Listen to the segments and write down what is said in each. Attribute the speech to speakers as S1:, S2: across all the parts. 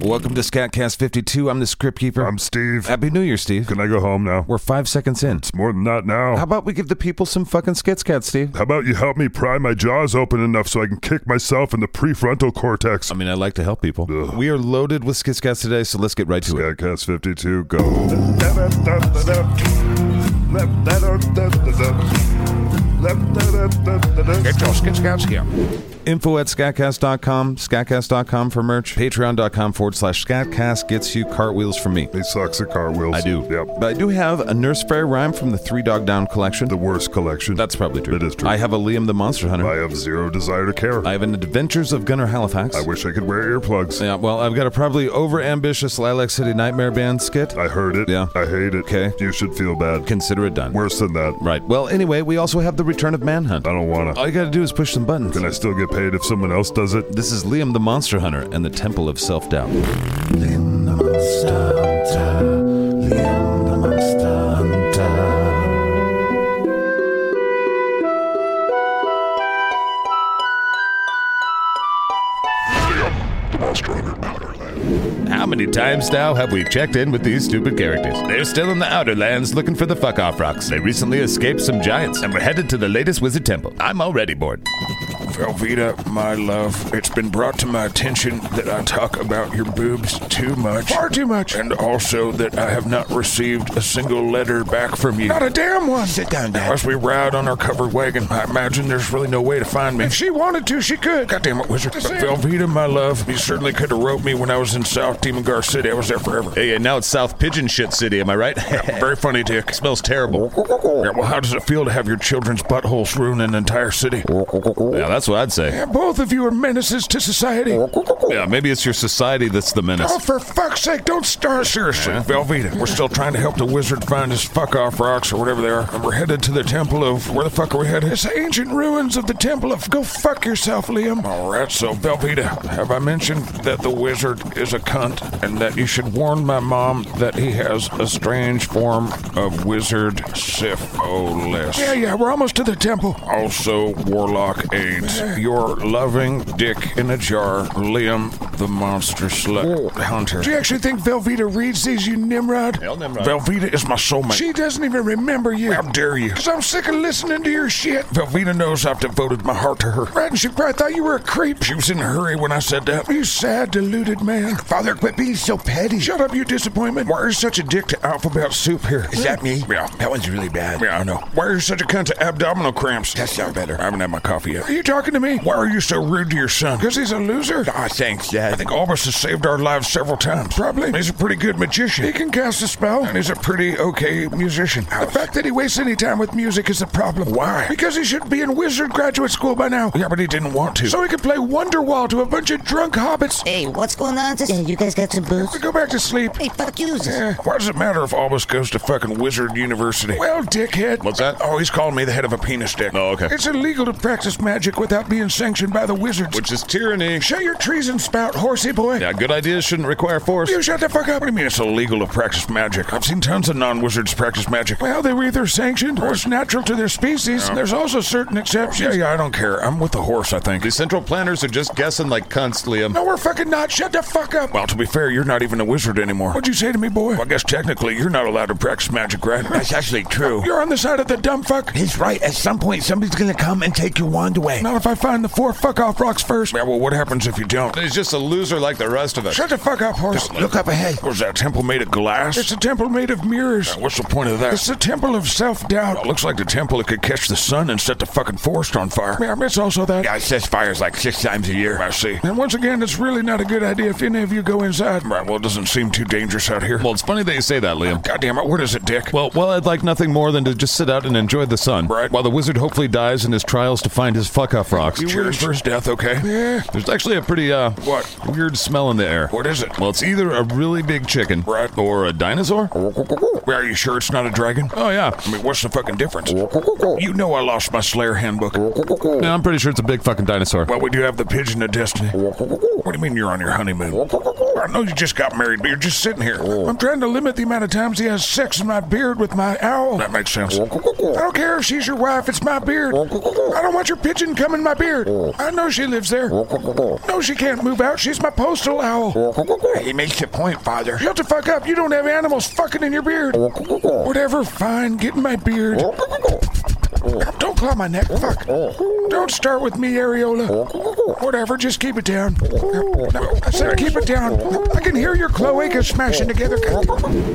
S1: Welcome to Scatcast 52. I'm the script keeper.
S2: I'm Steve.
S1: Happy New Year, Steve.
S2: Can I go home now?
S1: We're five seconds in.
S2: It's more than that now.
S1: How about we give the people some fucking skits, cat, Steve?
S2: How about you help me pry my jaws open enough so I can kick myself in the prefrontal cortex?
S1: I mean, I like to help people.
S2: Ugh.
S1: We are loaded with skits, cats today, so let's get right to it.
S2: Scatcast 52, go.
S1: Get your skits, cats here. Info at scatcast.com, scatcast.com for merch, patreon.com forward slash scatcast gets you cartwheels from me.
S2: He sucks at car wheels.
S1: I do.
S2: Yep.
S1: But I do have a Nurse Fair rhyme from the Three Dog Down collection.
S2: The worst collection.
S1: That's probably true.
S2: That is true.
S1: I have a Liam the Monster Hunter.
S2: I have zero desire to care.
S1: I have an Adventures of Gunnar Halifax.
S2: I wish I could wear earplugs.
S1: Yeah, well, I've got a probably over ambitious Lilac City Nightmare Band skit.
S2: I heard it.
S1: Yeah.
S2: I hate it.
S1: Okay.
S2: You should feel bad.
S1: Consider it done.
S2: Worse than that.
S1: right. Well, anyway, we also have the return of Manhunt.
S2: I don't wanna.
S1: All you gotta do is push some buttons.
S2: Can I still get paid if someone else does it?
S1: This is Liam the Monster Hunter and the Temple of Self Doubt. How many times now have we checked in with these stupid characters? They're still in the Outer Lands looking for the fuck off rocks. They recently escaped some giants and we're headed to the latest wizard temple. I'm already bored.
S3: Velveeta, my love, it's been brought to my attention that I talk about your boobs too much.
S4: Far too much.
S3: And also that I have not received a single letter back from you.
S4: Not a damn one. Sit down,
S3: Now, as we ride on our covered wagon, I imagine there's really no way to find me.
S4: If she wanted to, she could.
S3: God damn it, Wizard. But
S4: That's it.
S3: Velveeta, my love, you certainly could have roped me when I was in South Demongar City. I was there forever.
S1: Hey, and now it's South Pigeon Shit City, am I right?
S3: Very funny, Dick.
S1: smells terrible.
S4: Oh.
S3: Yeah, well, how does it feel to have your children's buttholes ruin an entire city?
S1: Yeah, that's what I'd say.
S4: Both of you are menaces to society.
S1: Yeah, maybe it's your society that's the menace.
S4: Oh, for fuck's sake, don't start.
S3: Seriously, Velveeta, we're still trying to help the wizard find his fuck off rocks or whatever they are, and we're headed to the temple of where the fuck are we headed?
S4: It's the ancient ruins of the Temple of Go Fuck Yourself, Liam.
S3: All right, so Velveeta, have I mentioned that the wizard is a cunt and that you should warn my mom that he has a strange form of wizard syphilis?
S4: Yeah, yeah, we're almost to the temple.
S3: Also, Warlock AIDS. Your loving dick in a jar, Liam the monster slut hunter.
S4: Oh. Do you actually think Velveeta reads these, you Nimrod?
S3: Velveeta is my soulmate.
S4: She doesn't even remember you.
S3: How dare you?
S4: Because I'm sick of listening to your shit.
S3: Velveeta knows I've devoted my heart to her.
S4: Right, and she probably thought you were a creep.
S3: She was in a hurry when I said that.
S4: You sad, deluded man.
S5: Father, quit being so petty.
S4: Shut up, you disappointment.
S3: Why are you such a dick to alphabet soup here?
S5: Is that me?
S3: Yeah.
S5: That one's really bad.
S3: Yeah, I know. Why are you such a cunt to abdominal cramps?
S5: That sounds better.
S3: I haven't had my coffee yet.
S4: Are you talking to me?
S3: Why are you so rude to your son?
S4: Because he's a loser?
S5: Ah, thanks, Dad.
S3: I think Albus has saved our lives several times.
S4: Probably.
S3: He's a pretty good
S4: He
S3: magician.
S4: can cast a spell.
S3: And he's a pretty okay musician.
S4: The fact that he wastes any time with music is a problem.
S3: Why?
S4: Because he should be in wizard graduate school by now.
S3: Yeah, but he didn't want to.
S4: So he could play Wonderwall to a bunch of drunk hobbits.
S6: Hey, what's going on? Sis? Yeah, you guys got some booze?
S4: Go back to sleep.
S6: Hey, fuck you. sis.
S4: Eh.
S3: why does it matter if Albus goes to fucking Wizard University?
S4: Well, dickhead.
S3: What's that? Oh, he's calling me the head of a penis dick.
S1: Oh, okay.
S4: It's illegal to practice magic without being sanctioned by the wizards.
S1: Which is tyranny.
S4: Show your treason spout, horsey boy.
S1: Yeah, good ideas shouldn't require force.
S4: You shut the fuck up.
S3: What do you mean it's illegal to practice magic? I've seen tons of non-wizards practice magic.
S4: Well, they were either sanctioned or it's natural to their species. There's also certain
S3: Yeah,
S4: exceptions.
S3: yeah, I don't care. I'm with the horse, I think.
S1: The central planners are just guessing like cunts, Liam.
S4: No, we're fucking not. Shut the fuck up.
S3: Well, to be fair, you're not even a wizard anymore.
S4: What'd you say to me, boy?
S3: Well, I guess technically you're not allowed to practice magic, right?
S5: That's actually true.
S4: You're on the side of the dumb fuck.
S5: He's right. At some point, somebody's gonna come and take your wand away.
S4: Not if I find the four fuck off rocks first.
S3: Yeah, well, what happens if you don't?
S1: He's just a loser like the rest of us.
S4: Shut the fuck up, horse.
S5: Look up ahead.
S3: Was that temple made of glass?
S4: It's a temple made of mirrors.
S3: What's the point of that?
S4: It's the temple of self doubt.
S3: It looks like the temple that could catch the sun and set the fucking forest on fire.
S4: Ma'am, it's also that.
S5: Yeah, it says fires like six times a year.
S3: I see.
S4: And once again, it's really not a good idea if any of you go inside.
S3: Right, well, it doesn't seem too dangerous out here.
S1: Well, it's funny that you say that, Liam.
S3: God damn it, what is it, Dick?
S1: Well, well, I'd like nothing more than to just sit out and enjoy the sun,
S3: Right.
S1: While the wizard hopefully dies in his trials to find his fuck off rocks.
S3: Cheers for his death, okay?
S1: There's actually a pretty uh
S3: What?
S1: weird smell in the air.
S3: What is it?
S1: Well, it's either a really big chicken,
S3: Right.
S1: or a dinosaur.
S3: Are you sure it's not a dragon?
S1: Oh yeah,
S3: I mean, what's the fucking difference? You know I lost my Slayer handbook.
S1: yeah I'm pretty sure it's a big fucking dinosaur.
S3: Well, we do have the Pigeon of Destiny. What do you mean you're on your honeymoon?
S7: I know you just got married, but you're just sitting here.
S3: I'm trying to limit the amount of times he has sex in my beard with my owl.
S7: That makes sense.
S3: I don't care if she's your wife, it's my beard. I don't want your pigeon coming my beard. I know she lives there. No, she can't move out. She's my postal owl.
S8: He makes a point, Father.
S3: Shut the fuck up. You don't have animals fucking in your beard. Whatever, fine. Get in my beard. Don't claw my neck. Fuck. Don't start with me, areola. Whatever, just keep it down. I said keep it down. I can hear your cloaca smashing together.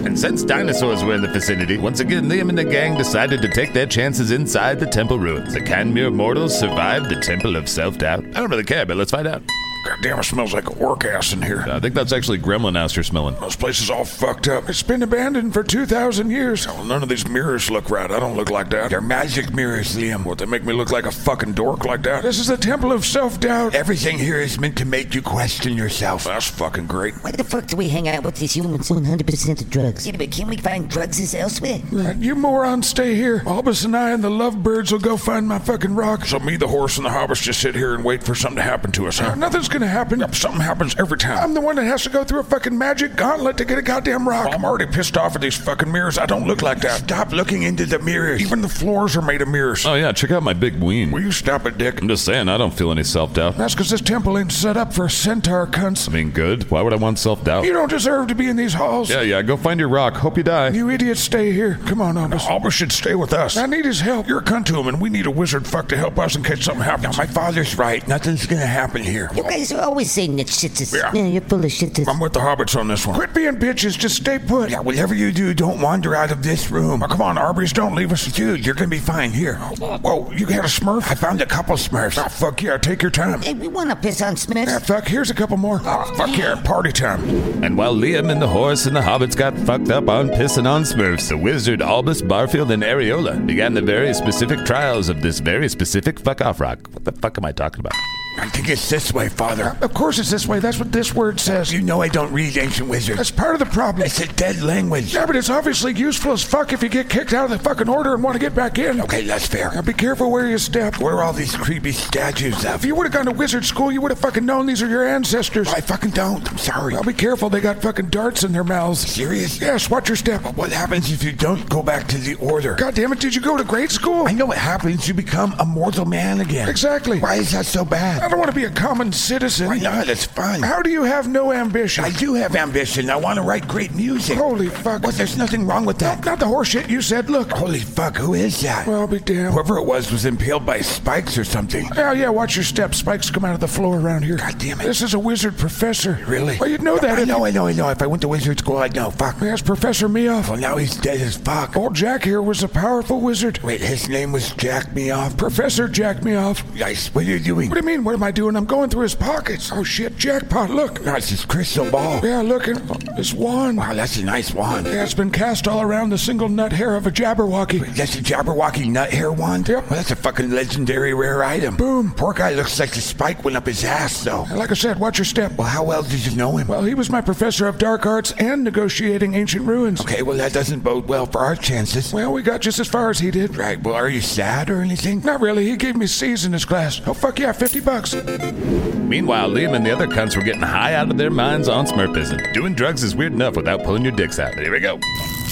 S1: And since dinosaurs were in the vicinity, once again Liam and the gang decided to take their chances inside the temple ruins. The can mere mortals survived the temple of self doubt? I don't really care, but let's find out.
S7: God damn, it smells like orc ass in here.
S1: I think that's actually gremlin house you're smelling.
S7: This place is all fucked up.
S3: It's been abandoned for 2,000 years. Oh,
S7: Well, none of these mirrors look right. I don't look like that. They're magic mirrors, Liam. What, they make me look like a fucking dork like that?
S3: This is the temple of self doubt.
S8: Everything here is meant to make you question yourself.
S7: That's fucking great.
S6: Why the fuck do we hang out with these humans? 100% of drugs. Yeah, but can we find drugs is elsewhere?
S3: You morons stay here. Albus and I and the lovebirds will go find my fucking rock.
S7: So me, the horse, and the hobbits just sit here and wait for something to happen to us, huh?
S3: Nothing's gonna happen.
S7: Yep, something happens every time.
S3: I'm the one that has to go through a fucking magic gauntlet to get a goddamn rock.
S7: I'm already pissed off at these fucking mirrors. I don't look like that.
S8: Stop looking into the mirrors.
S7: Even the floors are made of mirrors.
S3: Uh,
S1: Oh yeah, check out my big ween.
S7: Will you stop it, Dick?
S1: I'm just saying, I don't feel any self doubt.
S3: That's because this temple ain't set up for centaur cunts.
S1: I mean, good. Why would I want self doubt?
S3: You don't deserve to be in these halls.
S1: Yeah, yeah. Go find your rock. Hope you die.
S3: You idiots stay here. Come on, Albus.
S7: Albert should stay with us.
S3: I need his help.
S7: You're a cunt to him, and we need a wizard fuck to help us in case something happens.
S8: My father's right. Nothing's gonna happen here.
S6: You guys are always saying that shit is.
S7: Yeah.
S6: you're full of shit.
S7: I'm with the hobbits on this one.
S3: Quit being bitches. Just stay put.
S8: Yeah, whatever you do, don't wander out of this room.
S7: Oh, come on, Arby's, don't leave us.
S8: Dude, you're gonna be fine here.
S7: Whoa, you had a smurf?
S8: I found a couple smurfs.
S7: Ah, fuck yeah, take your time.
S6: Hey, we want to piss on
S3: Yeah,
S6: Smith.
S3: fuck, here's a couple more.
S7: Ah, fuck yeah, party time.
S1: And while Liam and the horse and the hobbits got fucked up on pissing on Smurfs, the wizard Albus Barfield and Areola began the very specific trials of this very specific fuck off rock. What the fuck am I talking about?
S8: I think it's this way, Father.
S3: Of course it's this way. That's what this word says.
S8: You know I don't read ancient wizards.
S3: That's part of the problem.
S8: It's a dead language.
S3: Yeah, but it's obviously useful as fuck if you get kicked out of the fucking order and want to get back in.
S8: Okay, that's fair.
S3: Now be careful where you step.
S8: What are all these creepy statues of?
S3: If you would have gone to wizard school, you would have fucking known these are your ancestors.
S8: I fucking don't. I'm sorry.
S3: Now be careful. They got fucking darts in their mouths.
S8: Serious?
S3: Yes, watch your step.
S8: What happens if you don't go back to the order?
S3: God damn it, did you go to grade school?
S8: I know what happens. You become a mortal man again.
S3: Exactly.
S8: Why is that so
S3: I
S8: bad?
S3: don't want to be a common
S8: Why
S3: citizen.
S8: not? It's fun.
S3: How do you have no ambition?
S8: I do have ambition. I want to write great music.
S3: Holy fuck.
S8: What? There's nothing wrong with that.
S3: Not the horseshit you said. Look.
S8: Holy fuck, who is that?
S3: Well, I'll be damned.
S8: Whoever it was was impaled by spikes or something.
S3: Yeah, yeah, watch your step. Spikes come out of the floor around here.
S8: God damn it.
S3: This is a wizard professor.
S8: Really?
S3: Well, you'd know that
S8: I
S3: if
S8: know, I know, I know. If I went to wizard school, I'd know. Fuck.
S3: Yes, Professor Meoff.
S8: Well, now he's dead as fuck.
S3: Old Jack here was a powerful wizard.
S8: Wait, his name was Jack Meoff?
S3: Professor Jack Meoff.
S8: Nice. What are you doing?
S3: What do you mean? What am I doing? I'm going through his pockets. Oh shit, jackpot! Look.
S8: That's his crystal ball.
S3: Yeah, look at this wand.
S8: Wow, that's a nice wand.
S3: Yeah, it's been cast all around the single nut hair of a Jabberwocky.
S8: That's a Jabberwocky nut hair wand?
S3: Yep.
S8: Well, that's a fucking legendary rare item.
S3: Boom.
S8: Poor guy looks like the spike went up his ass, though.
S3: And Like I said, watch your step.
S8: Well, how well did you know him?
S3: Well, he was my professor of dark arts and negotiating ancient ruins.
S8: Okay, well, that doesn't bode well for our chances.
S3: Well, we got just as far as he did.
S8: Right, well, are you sad or anything?
S3: Not really. He gave me C's in his class. Oh fuck yeah, fifty bucks.
S1: Meanwhile, Liam and the other cunts were getting high out of their minds on Smurfism. Doing drugs is weird enough without pulling your dicks out. Here we go.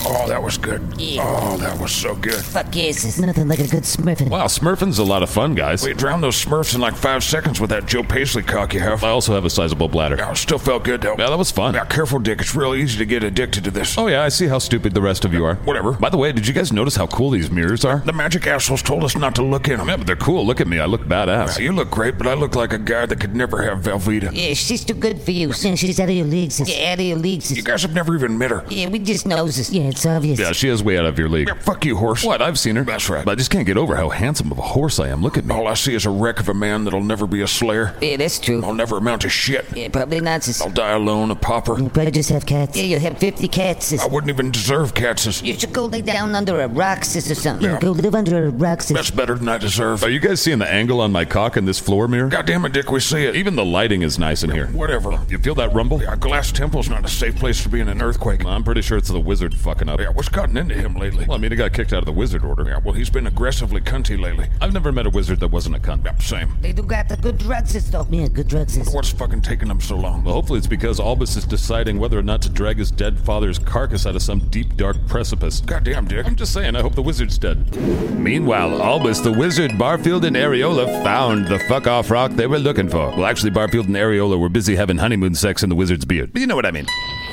S7: Oh, that was good.
S6: Yeah.
S7: Oh, that was so good.
S6: Fuck yes, there's nothing like a good smurfing.
S1: Wow, Smurfing's a lot of fun, guys.
S7: We drowned those smurfs in like five seconds with that Joe Paisley cock you have.
S1: I also have a sizable bladder.
S7: Yeah, it still felt good, though.
S1: Yeah, that was fun.
S7: Yeah, careful, Dick. It's real easy to get addicted to this.
S1: Oh yeah, I see how stupid the rest of you are.
S7: Whatever.
S1: By the way, did you guys notice how cool these mirrors are?
S7: The magic assholes told us not to look in them.
S1: Yeah, but they're cool. Look at me. I look badass.
S7: You look great, but I look like a guy that could never have Velveeta.
S6: Yeah, she's too good for you. Yeah, she's out of your leagues. sis. Yeah, out of your leagues. sis.
S7: You guys have never even met her.
S6: Yeah, we just knows this. Yeah, it's obvious.
S1: Yeah, she is way out of your league.
S7: Yeah, fuck you, horse.
S1: What? I've seen her.
S7: That's right.
S1: But I just can't get over how handsome of a horse I am. Look at me.
S7: All I see is a wreck of a man that'll never be a slayer.
S6: Yeah, that's true.
S7: I'll never amount to shit.
S6: Yeah, probably not. Sis.
S3: Oh.
S7: I'll die alone, a pauper.
S6: You probably just have cats. Yeah, you'll have 50 cats. Sis.
S3: Oh.
S7: I wouldn't even deserve cats.
S6: You should go lay down under a rock, sis, or something. Yeah, go live under a rock, sis.
S7: That's better than I deserve.
S1: Are you guys seeing the angle on my cock in this floor mirror?
S2: here?
S3: God damn it, Dick, we see it.
S1: Even the lighting is nice in here.
S3: Whatever.
S1: You feel that rumble?
S3: Yeah, Glass Temple's not a safe place to be in an earthquake.
S1: I'm pretty sure it's the wizard fucking up.
S3: Yeah, what's gotten into him lately?
S1: Well, I mean, he got kicked out of the wizard order.
S3: Yeah, well, he's been aggressively cunty lately.
S1: I've never met a wizard that wasn't a cunt.
S3: Yep, same.
S6: They do got the good drug system. Yeah, good drug system.
S3: What's fucking taking him so long?
S1: Well, hopefully it's because Albus is deciding whether or not to drag his dead father's carcass out of some deep, dark precipice.
S3: God damn, Dick.
S1: I'm just saying, I hope the wizard's dead. Meanwhile, Albus, the wizard, Barfield, and Areola found the fuck off rock they were looking for. Well, actually, Barfield and Areola were busy having honeymoon sex in the wizard's beard. But you know what I mean.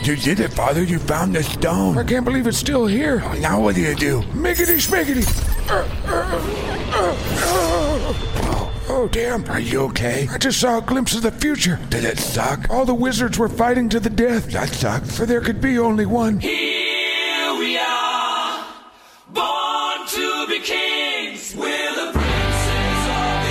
S9: You did it, Father. You found the stone.
S10: I can't believe it's still here.
S9: Now what do you do?
S10: Miggity schmiggity. Uh, uh, uh, oh, oh, damn.
S9: Are you okay?
S10: I just saw a glimpse of the future.
S9: Did it suck?
S10: All the wizards were fighting to the death,
S9: That sucks.
S10: for there could be only one.
S8: Here we are, born to be kings. We're the princes of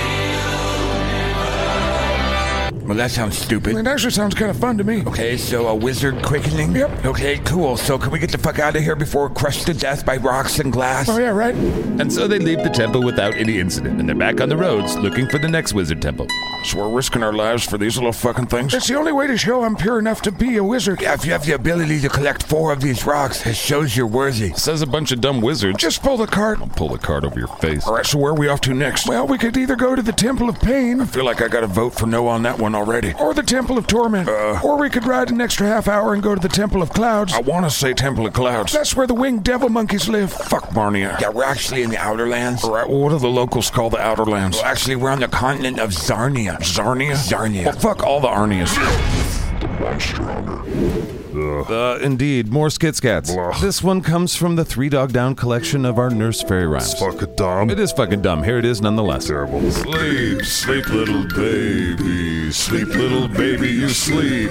S9: Well, that sounds stupid.
S10: It actually sounds kind of fun to me.
S9: Okay, so a wizard quickening?
S10: Yep.
S9: Okay, cool. So can we get the fuck out of here before we're crushed to death by rocks and glass?
S10: Oh, yeah, right?
S1: And so they leave the temple without any incident, and they're back on the roads looking for the next wizard temple.
S3: So we're risking our lives for these little fucking things?
S10: It's the only way to show I'm pure enough to be a wizard.
S9: Yeah, if you have the ability to collect four of these rocks, it shows you're worthy.
S1: Says a bunch of dumb wizards.
S10: Just pull the cart.
S1: Pull the card over your face.
S3: All right, so where are we off to next?
S10: Well, we could either go to the Temple of Pain,
S3: I feel like I gotta vote for no on that one already. Uh.
S10: or the Temple of Torment, or we could ride an extra half hour and go to the Temple of Clouds.
S3: I wanna say Temple of Clouds.
S10: That's where the winged devil monkeys live.
S3: Fuck Marnia.
S9: Yeah, we're actually in the Outer Lands.
S3: All right, well, what do the locals call the Outer Lands?
S9: Well, actually, we're on the continent of Zarnia.
S3: Zarnia?
S9: Zarnia.
S3: Well, fuck all the Arnias.
S1: Uh, indeed, more skitscats.
S2: Blah.
S1: This one comes from the Three Dog Down collection of our Nurse Fairy Rhymes.
S2: Fuck a dumb.
S1: It is fucking dumb. Here it is nonetheless.
S2: Terrible.
S11: Sleep, sleep, little baby. Sleep, little baby, you sleep.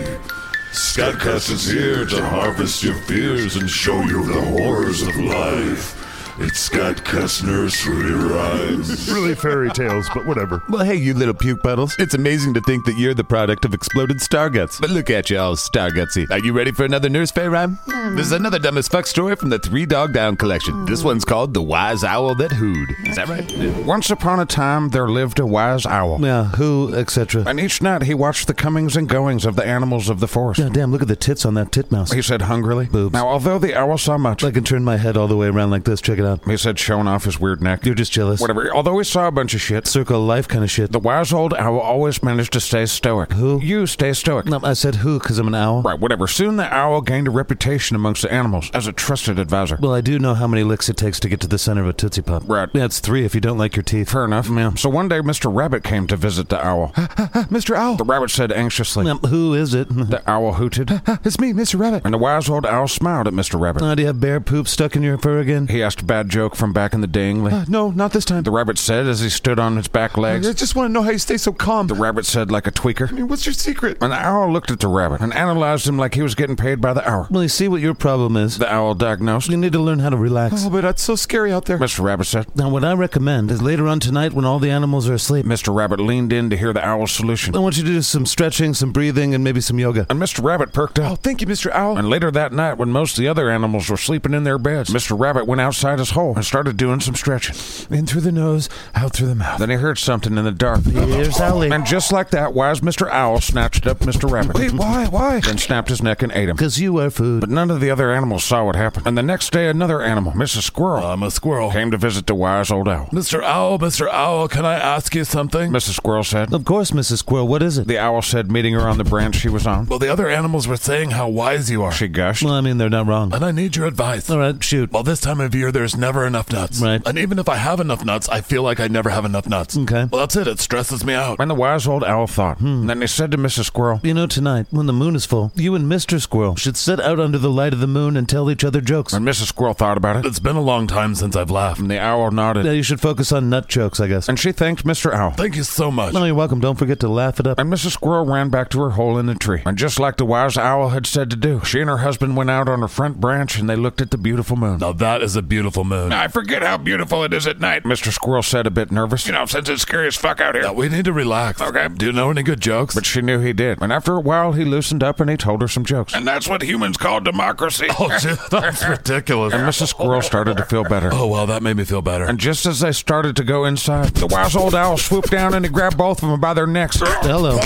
S11: Scottcast is here to harvest your fears and show you the horrors of life. It's Scottcast Nursery Rhymes.
S2: Really fairy tales, but whatever.
S1: Well, hey, you little puke puddles. It's amazing to think that you're the product of exploded starguts. But look at you all stargutsy. Are you ready for another Nurse Fay rhyme? This is another dumb as fuck story from the Three Dog Down collection. This one's called The Wise Owl That Hooed. Is that right?
S3: Once upon a time, there lived a wise owl.
S12: Yeah, who, etc.
S3: And each night he watched the comings and goings of the animals of the forest.
S12: Yeah, damn, look at the tits on that titmouse.
S3: He said hungrily.
S12: Boobs.
S3: Now, although the owl saw much,
S12: I can turn my head all the way around like this. Check it out.
S3: he said showing off his weird neck.
S12: You're just jealous.
S3: Whatever. Although he saw a bunch of shit,
S12: Circle of life kind of shit.
S3: the wise old owl always managed to stay stoic.
S12: Who?
S3: You stay stoic.
S12: No, I said who because I'm an owl.
S3: Right, whatever. Soon the owl gained a reputation amongst the animals as a trusted advisor.
S12: Well, I do know how many licks it takes to get to the center of a Tootsie Pop.
S3: Right.
S12: Yeah, it's three if you don't like your teeth.
S3: Fair enough, ma'am. So one day Mr. Rabbit came to visit the owl.
S12: Mr. Owl.
S3: The rabbit said anxiously.
S12: Um, who is it?
S3: The owl hooted,
S12: it's me, Mr. Rabbit.
S3: and the wise old owl smiled at Mr. Rabbit.
S12: Uh, do you have bear poop stuck in your fur again?
S3: He asked a bad joke from back in the day. England.
S12: Uh, no, not this time.
S3: The rabbit said as he stood on his back
S12: I
S3: legs.
S12: just want to know how you stay so calm.
S3: The rabbit said like a tweaker.
S12: What's your secret?
S3: And the owl looked at the rabbit and analyzed him like he was getting paid by the hour.
S12: Well, you see what your problem is.
S3: The owl diagnosed.
S12: You need to learn how to relax.
S11: but that's so scary out there.
S3: Mr. Rabbit said.
S12: Now, what I recommend is later on tonight when all the animals are asleep,
S3: Mr. Rabbit leaned in to hear the owl's solution.
S12: I want you to do some stretching, some breathing, and maybe some yoga.
S3: And Mr. Rabbit perked
S12: Oh,
S3: up.
S11: Thank you, Mr. Owl.
S3: And later that night, when most of the other animals were sleeping in their beds, Mr. Rabbit went outside his hole and started doing some stretching.
S12: In through the nose, out through the mouth.
S3: Then he heard something in the dark.
S12: Here's Owly.
S3: And just like that, wise Mr. Owl snatched up Mr. Rabbit. Wait, why? Why? Then snapped his neck and ate him.
S12: Because you are food.
S3: But none of the other animals saw what happened. And the next day, another animal, Mrs. Squirrel,
S12: Um.
S11: I'm a squirrel.
S3: came to visit the wise old owl.
S11: Mr. Owl, Mr. Owl, can I ask you something?
S3: Mrs. Squirrel said.
S12: Of course, Mrs. Squirrel, what is it?
S3: The owl said, meeting her on the branch she was on.
S11: Well, the other animals were saying how wise you are,
S3: She gushed.
S12: Well, I mean, they're not wrong.
S11: and I need your advice.
S12: All right, shoot.
S11: Well, this time of year, there's never enough nuts.
S12: Right.
S11: And even if I have enough nuts, I feel like I never have enough nuts.
S12: Okay.
S11: Well, that's it. It stresses me out.
S3: And the wise old owl thought.
S12: Hmm.
S3: And then he said to Mrs. Squirrel,
S12: You know, tonight, when the moon is full, you and Mr. Squirrel should sit out under the light of the moon and tell each other jokes.
S3: and Mrs. Squirrel thought about it.
S11: It's been a long time since I've laughed.
S3: And the owl
S12: Yeah,
S3: nodded.
S12: you should focus on nut jokes, I guess.
S3: And she thanked Mr. Owl.
S11: Thank you so much.
S12: No, you're welcome. Don't forget to laugh it up.
S3: And Mrs. Squirrel ran back to her hole in the tree. And just like the wise owl had said to do, she and her husband went out on her front branch and they looked at the beautiful moon.
S11: Now, that is a beautiful
S12: beautiful moon.
S1: I forget how beautiful it is at night, Mr. Squirrel said a bit nervous. You know, since it's scary as fuck out here.
S2: We need to relax.
S1: Okay.
S2: Do you know any good jokes?
S1: But she knew he did. And after a while, he loosened up and he told her some jokes. And that's what humans call democracy.
S2: Oh, dude, that's ridiculous.
S1: And Mrs. Squirrel started to feel better.
S2: Oh, wow, that made me feel better.
S1: And just as they started to go inside, the wise old owl swooped down and he grabbed both of them by their necks,
S12: Hello.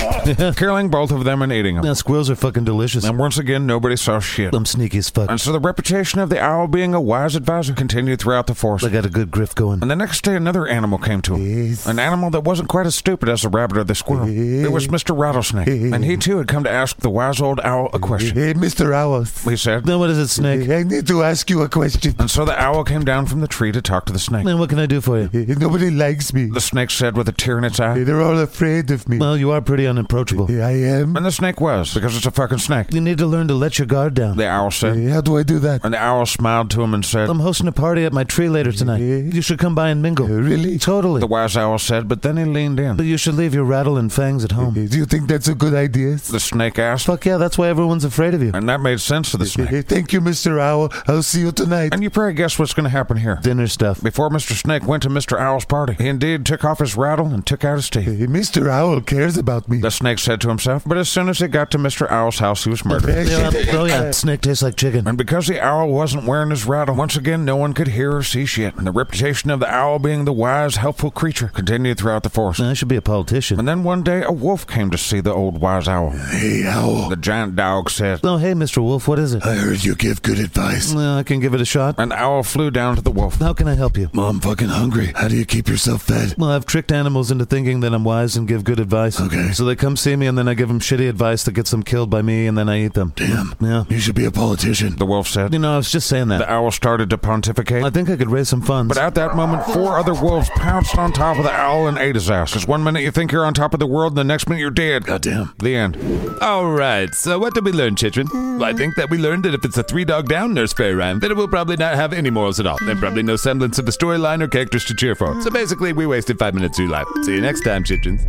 S1: killing both of them and eating them.
S12: now, squirrels are fucking delicious.
S1: And once again, nobody saw shit.
S12: I'm sneaky as fuck.
S1: And so the reputation of the owl being a wise advisor continued throughout the forest.
S12: I got a good grift going.
S1: And the next day, another animal came to him. An animal that wasn't quite as stupid as the rabbit or the squirrel. It was Mr. Rattlesnake. And he too had come to ask the wise old owl a question.
S3: Hey, Mr. Owls,
S1: He said.
S12: Now, what is it, snake?
S3: I need to ask you a question.
S1: And so the owl came down from the tree to talk to the snake.
S12: Now, what can I do for you?
S3: Nobody likes me.
S1: The snake said with a tear in its eye.
S3: They're all afraid of me.
S12: Well, you are pretty unapproachable.
S3: I am.
S1: And the snake was, because it's a fucking snake.
S12: You need to learn to let your guard down.
S1: The owl said.
S3: How do I do that?
S1: And the owl smiled to him and said,
S12: I'm hosting a party at my tree later tonight. You should come by and mingle.
S3: Really?
S12: Totally.
S1: The wise owl said, but then he leaned
S12: But
S1: in.
S12: you should leave your rattle and fangs at home.
S3: Do you think that's a good idea?
S1: The snake asked,
S12: Fuck yeah, that's why everyone's afraid of you.
S1: and that made sense to the snake.
S3: Hey, thank you, Mr. Owl. I'll see you tonight.
S1: And you probably guess what's going to happen here.
S12: Dinner stuff.
S1: Before Mr. Snake went to Mr. Owl's party, he indeed took off his rattle and took out his teeth.
S3: Hey, Mr. Owl cares about me.
S1: The snake said to himself, but as soon as he got to Mr. Owl's house, he was murdered.
S12: Yeah, oh yeah, snake tastes like chicken.
S1: And because the owl wasn't wearing his rattle, once again no one could hear or see shit. And the reputation of the owl being the wise, helpful creature continued throughout the forest.
S12: I should be a politician.
S1: And then one day a wolf came to see the old wise owl.
S3: Hey, Owl.
S1: The giant dog said,
S12: Oh hey, Mr. Wolf, what is it?
S3: I heard you give good advice.
S12: Well, I can give it a shot.
S1: and the owl flew down to the wolf.
S12: How can I help you?
S3: Mom, fucking hungry. How do you keep yourself fed?
S12: Well, I've tricked animals into thinking that I'm wise and give good advice.
S3: Okay.
S12: So they come see me, and then I give them shitty advice that gets them killed by me, and then I eat them.
S3: Damn.
S12: Yeah.
S3: You should be a politician.
S1: The wolf said.
S12: You know, I was just saying
S1: The
S12: that.
S1: owl started to
S12: I
S1: pontificate.
S12: think I could raise some funds.
S1: But at that moment, four other wolves pounced on top of the owl and ate his ass. Because one minute you think you're on top of the world, and the next minute you're dead.
S3: Goddamn.
S1: The end.
S2: All right, so what did we learn, children? Well, I think that we learned that if it's a three dog down nurse fairy rhyme, then it will probably not have any morals at all, and probably no semblance of a storyline or characters to cheer for. So basically, we wasted five minutes of your life. See you next time, children.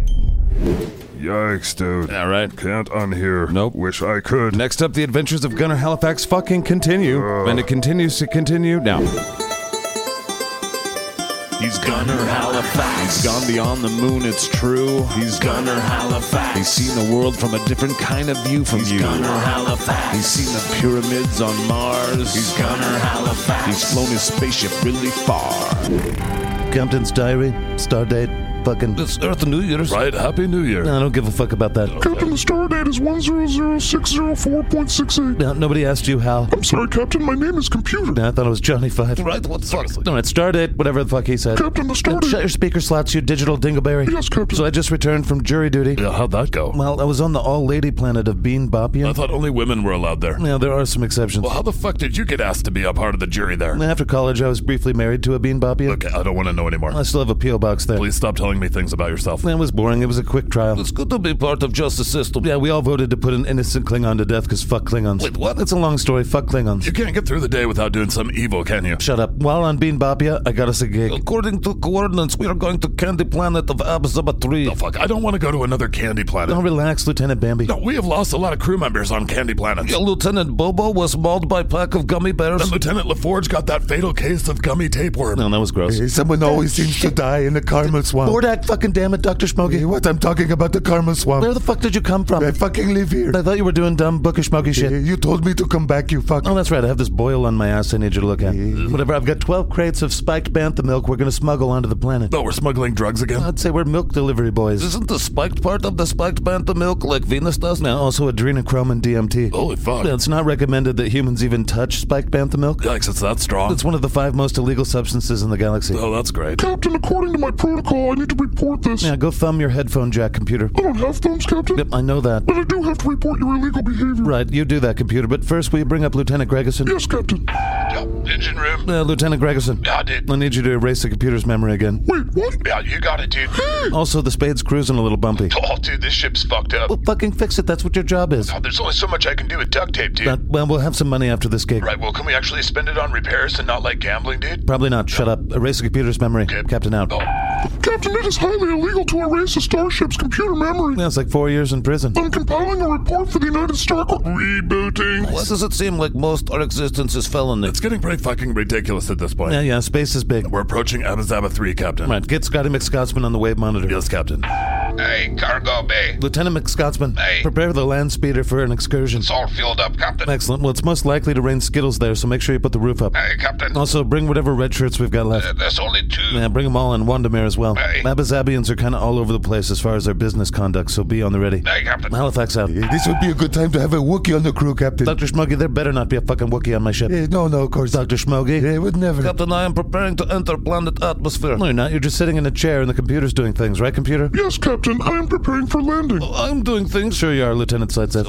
S11: Yikes, dude.
S2: All right.
S11: Can't unhear.
S2: Nope.
S11: Wish I could.
S2: Next up, the adventures of Gunnar Halifax fucking continue, and it continues to continue now.
S13: He's Gunner Halifax.
S14: He's gone beyond the moon, it's true.
S13: He's Gunner Halifax.
S14: He's seen the world from a different kind of view from
S13: He's
S14: you.
S13: Gunner Halifax.
S14: He's seen the pyramids on Mars.
S13: He's Gunner Halifax.
S14: He's flown his spaceship really far.
S12: Compton's diary, star date, fucking.
S2: It's Earth New Year's. Right, Happy New Year.
S12: No, I don't give a fuck about that.
S11: Captain, the star date is 100604.68.
S12: No, Uh, nobody asked you how.
S11: I'm sorry, Captain. My name is Computer.
S12: No, I thought it was Johnny Five.
S2: Right, what seriously?
S12: No, it started, whatever the fuck he said. Uh,
S11: Captain, the star
S12: Shut
S11: date.
S12: your speaker slots, you digital dingleberry.
S11: Yes, Captain.
S12: So I just returned from jury duty.
S2: Yeah, how'd that go?
S12: Well, I was on the all-lady planet of Bean Bopian.
S2: thought only women were allowed there.
S12: Now, there are some exceptions.
S2: how the fuck did you get asked to be a part of the jury there?
S12: After college, I was briefly married to a Bean Bopian.
S2: I don't want to know anymore.
S12: I still have a P.O. box there.
S2: stop telling me things about yourself.
S12: That was boring. It was a quick trial.
S2: It's good to be part of justice system.
S12: Yeah, we all voted to put an innocent Klingon to death because fuck Klingons.
S2: Wait, what?
S12: It's a long story. Fuck Klingons.
S2: You can't get through the day without doing some evil, can you?
S12: Shut up. While on Bean Bopia, I got us a gig.
S2: According to coordinates, we are going to candy planet of Abzaba 3. Oh, fuck. I don't want to go to another candy planet.
S12: Don't relax, Lieutenant Bambi.
S2: No, we have lost a lot of crew members on candy planets.
S12: Lieutenant Bobo was mauled by a pack of gummy bears.
S2: And Lieutenant LaForge got that fatal case of gummy tapeworm.
S12: No, that was gross.
S3: Hey, someone always seems to die in the Karma Swamp.
S12: Bordak, fucking damn it, Dr. Smokey.
S3: Hey, what I'm talking about the Karma
S12: Where
S3: Swamp.
S12: the fuck did you come from?
S3: I fucking live here.
S12: I thought you were doing dumb bookish smoky
S3: Hey,
S12: shit.
S3: You told me to come back, you fuck.
S12: Oh, that's right. I have this boil on my ass I need you to look at. Whatever, I've got 12 crates of spiked bantha milk we're going to smuggle onto the planet.
S2: Oh, we're smuggling drugs again?
S12: I'd say we're milk delivery boys.
S2: Isn't the spiked part of the spiked bantha milk like Venus does? Oh,
S12: Now, also adrenochrome and DMT.
S2: Holy
S12: Now,
S2: fuck.
S12: It's not recommended that humans even touch spiked bantha milk.
S2: Yikes, it's that strong.
S12: It's one of the five most illegal substances in the galaxy.
S2: Oh, that's great.
S11: Captain, according to my protocol, I need to report this.
S12: Now, go thumb your headphone jack, computer.
S11: I don't have thumbs, Captain.
S12: Yep, I know that.
S11: But I do have to report your illegal behavior.
S12: Right, you do that, computer. But first, will you bring up Lieutenant Gregerson?
S11: Yes, Captain.
S15: Engine room.
S12: Uh, Lieutenant Gregerson.
S15: I did.
S12: I need you to erase the computer's memory again.
S11: Wait, what?
S15: Yeah, you got it, dude.
S12: Also, the spade's cruising a little bumpy.
S15: Oh, dude, this ship's fucked up.
S12: Well, fucking fix it. That's what your job is.
S15: There's only so much I can do with duct tape, dude.
S12: Uh, well, we'll have some money after this gig.
S15: Right, well, can we actually spend it on repairs and not like gambling, dude?
S12: Probably not. Shut up. Erase the computer's memory. Captain out.
S15: Oh,
S16: Captain, it is highly illegal to erase a starship's computer memory.
S12: That's like four years in prison.
S16: I'm compiling a report for the United Star Corps. Rebooting.
S12: Why does it seem like most our existence is felony?
S11: It's getting pretty fucking ridiculous at this point.
S12: Yeah, yeah, space is big.
S11: We're approaching Abba Zaba 3, Captain.
S12: Right, get Scotty McScotsman on the wave monitor.
S11: Yes, Captain.
S17: Hey, cargo bay.
S12: Lieutenant McScotsman,
S17: Hey.
S12: prepare the land speeder for an excursion.
S17: It's all filled up, Captain.
S12: Excellent. Well, it's most likely to rain Skittles there, so make sure you put the roof up.
S17: Hey, Captain.
S12: Also, bring whatever red shirts we've got left.
S17: Uh, there's only two.
S12: Yeah, bring them all and Wandamere as well.
S17: Aye.
S12: Labazabians are kind of all over the place as far as their business conduct, so be on the ready.
S17: Aye, Captain.
S12: Halifax out.
S18: This would be a good time to have a Wookiee on the crew, Captain.
S12: Dr. Schmoggy, there better not be a fucking Wookiee on my ship.
S18: Eh, no, no, of course.
S12: Dr. Schmoggy?
S18: They would never.
S12: Captain, I am preparing to enter planet atmosphere. No, you're not. You're just sitting in a chair and the computer's doing things, right, computer?
S16: Yes, Captain, I am preparing for landing.
S12: Oh, I'm doing things. Sure you are, Lieutenant Sightset.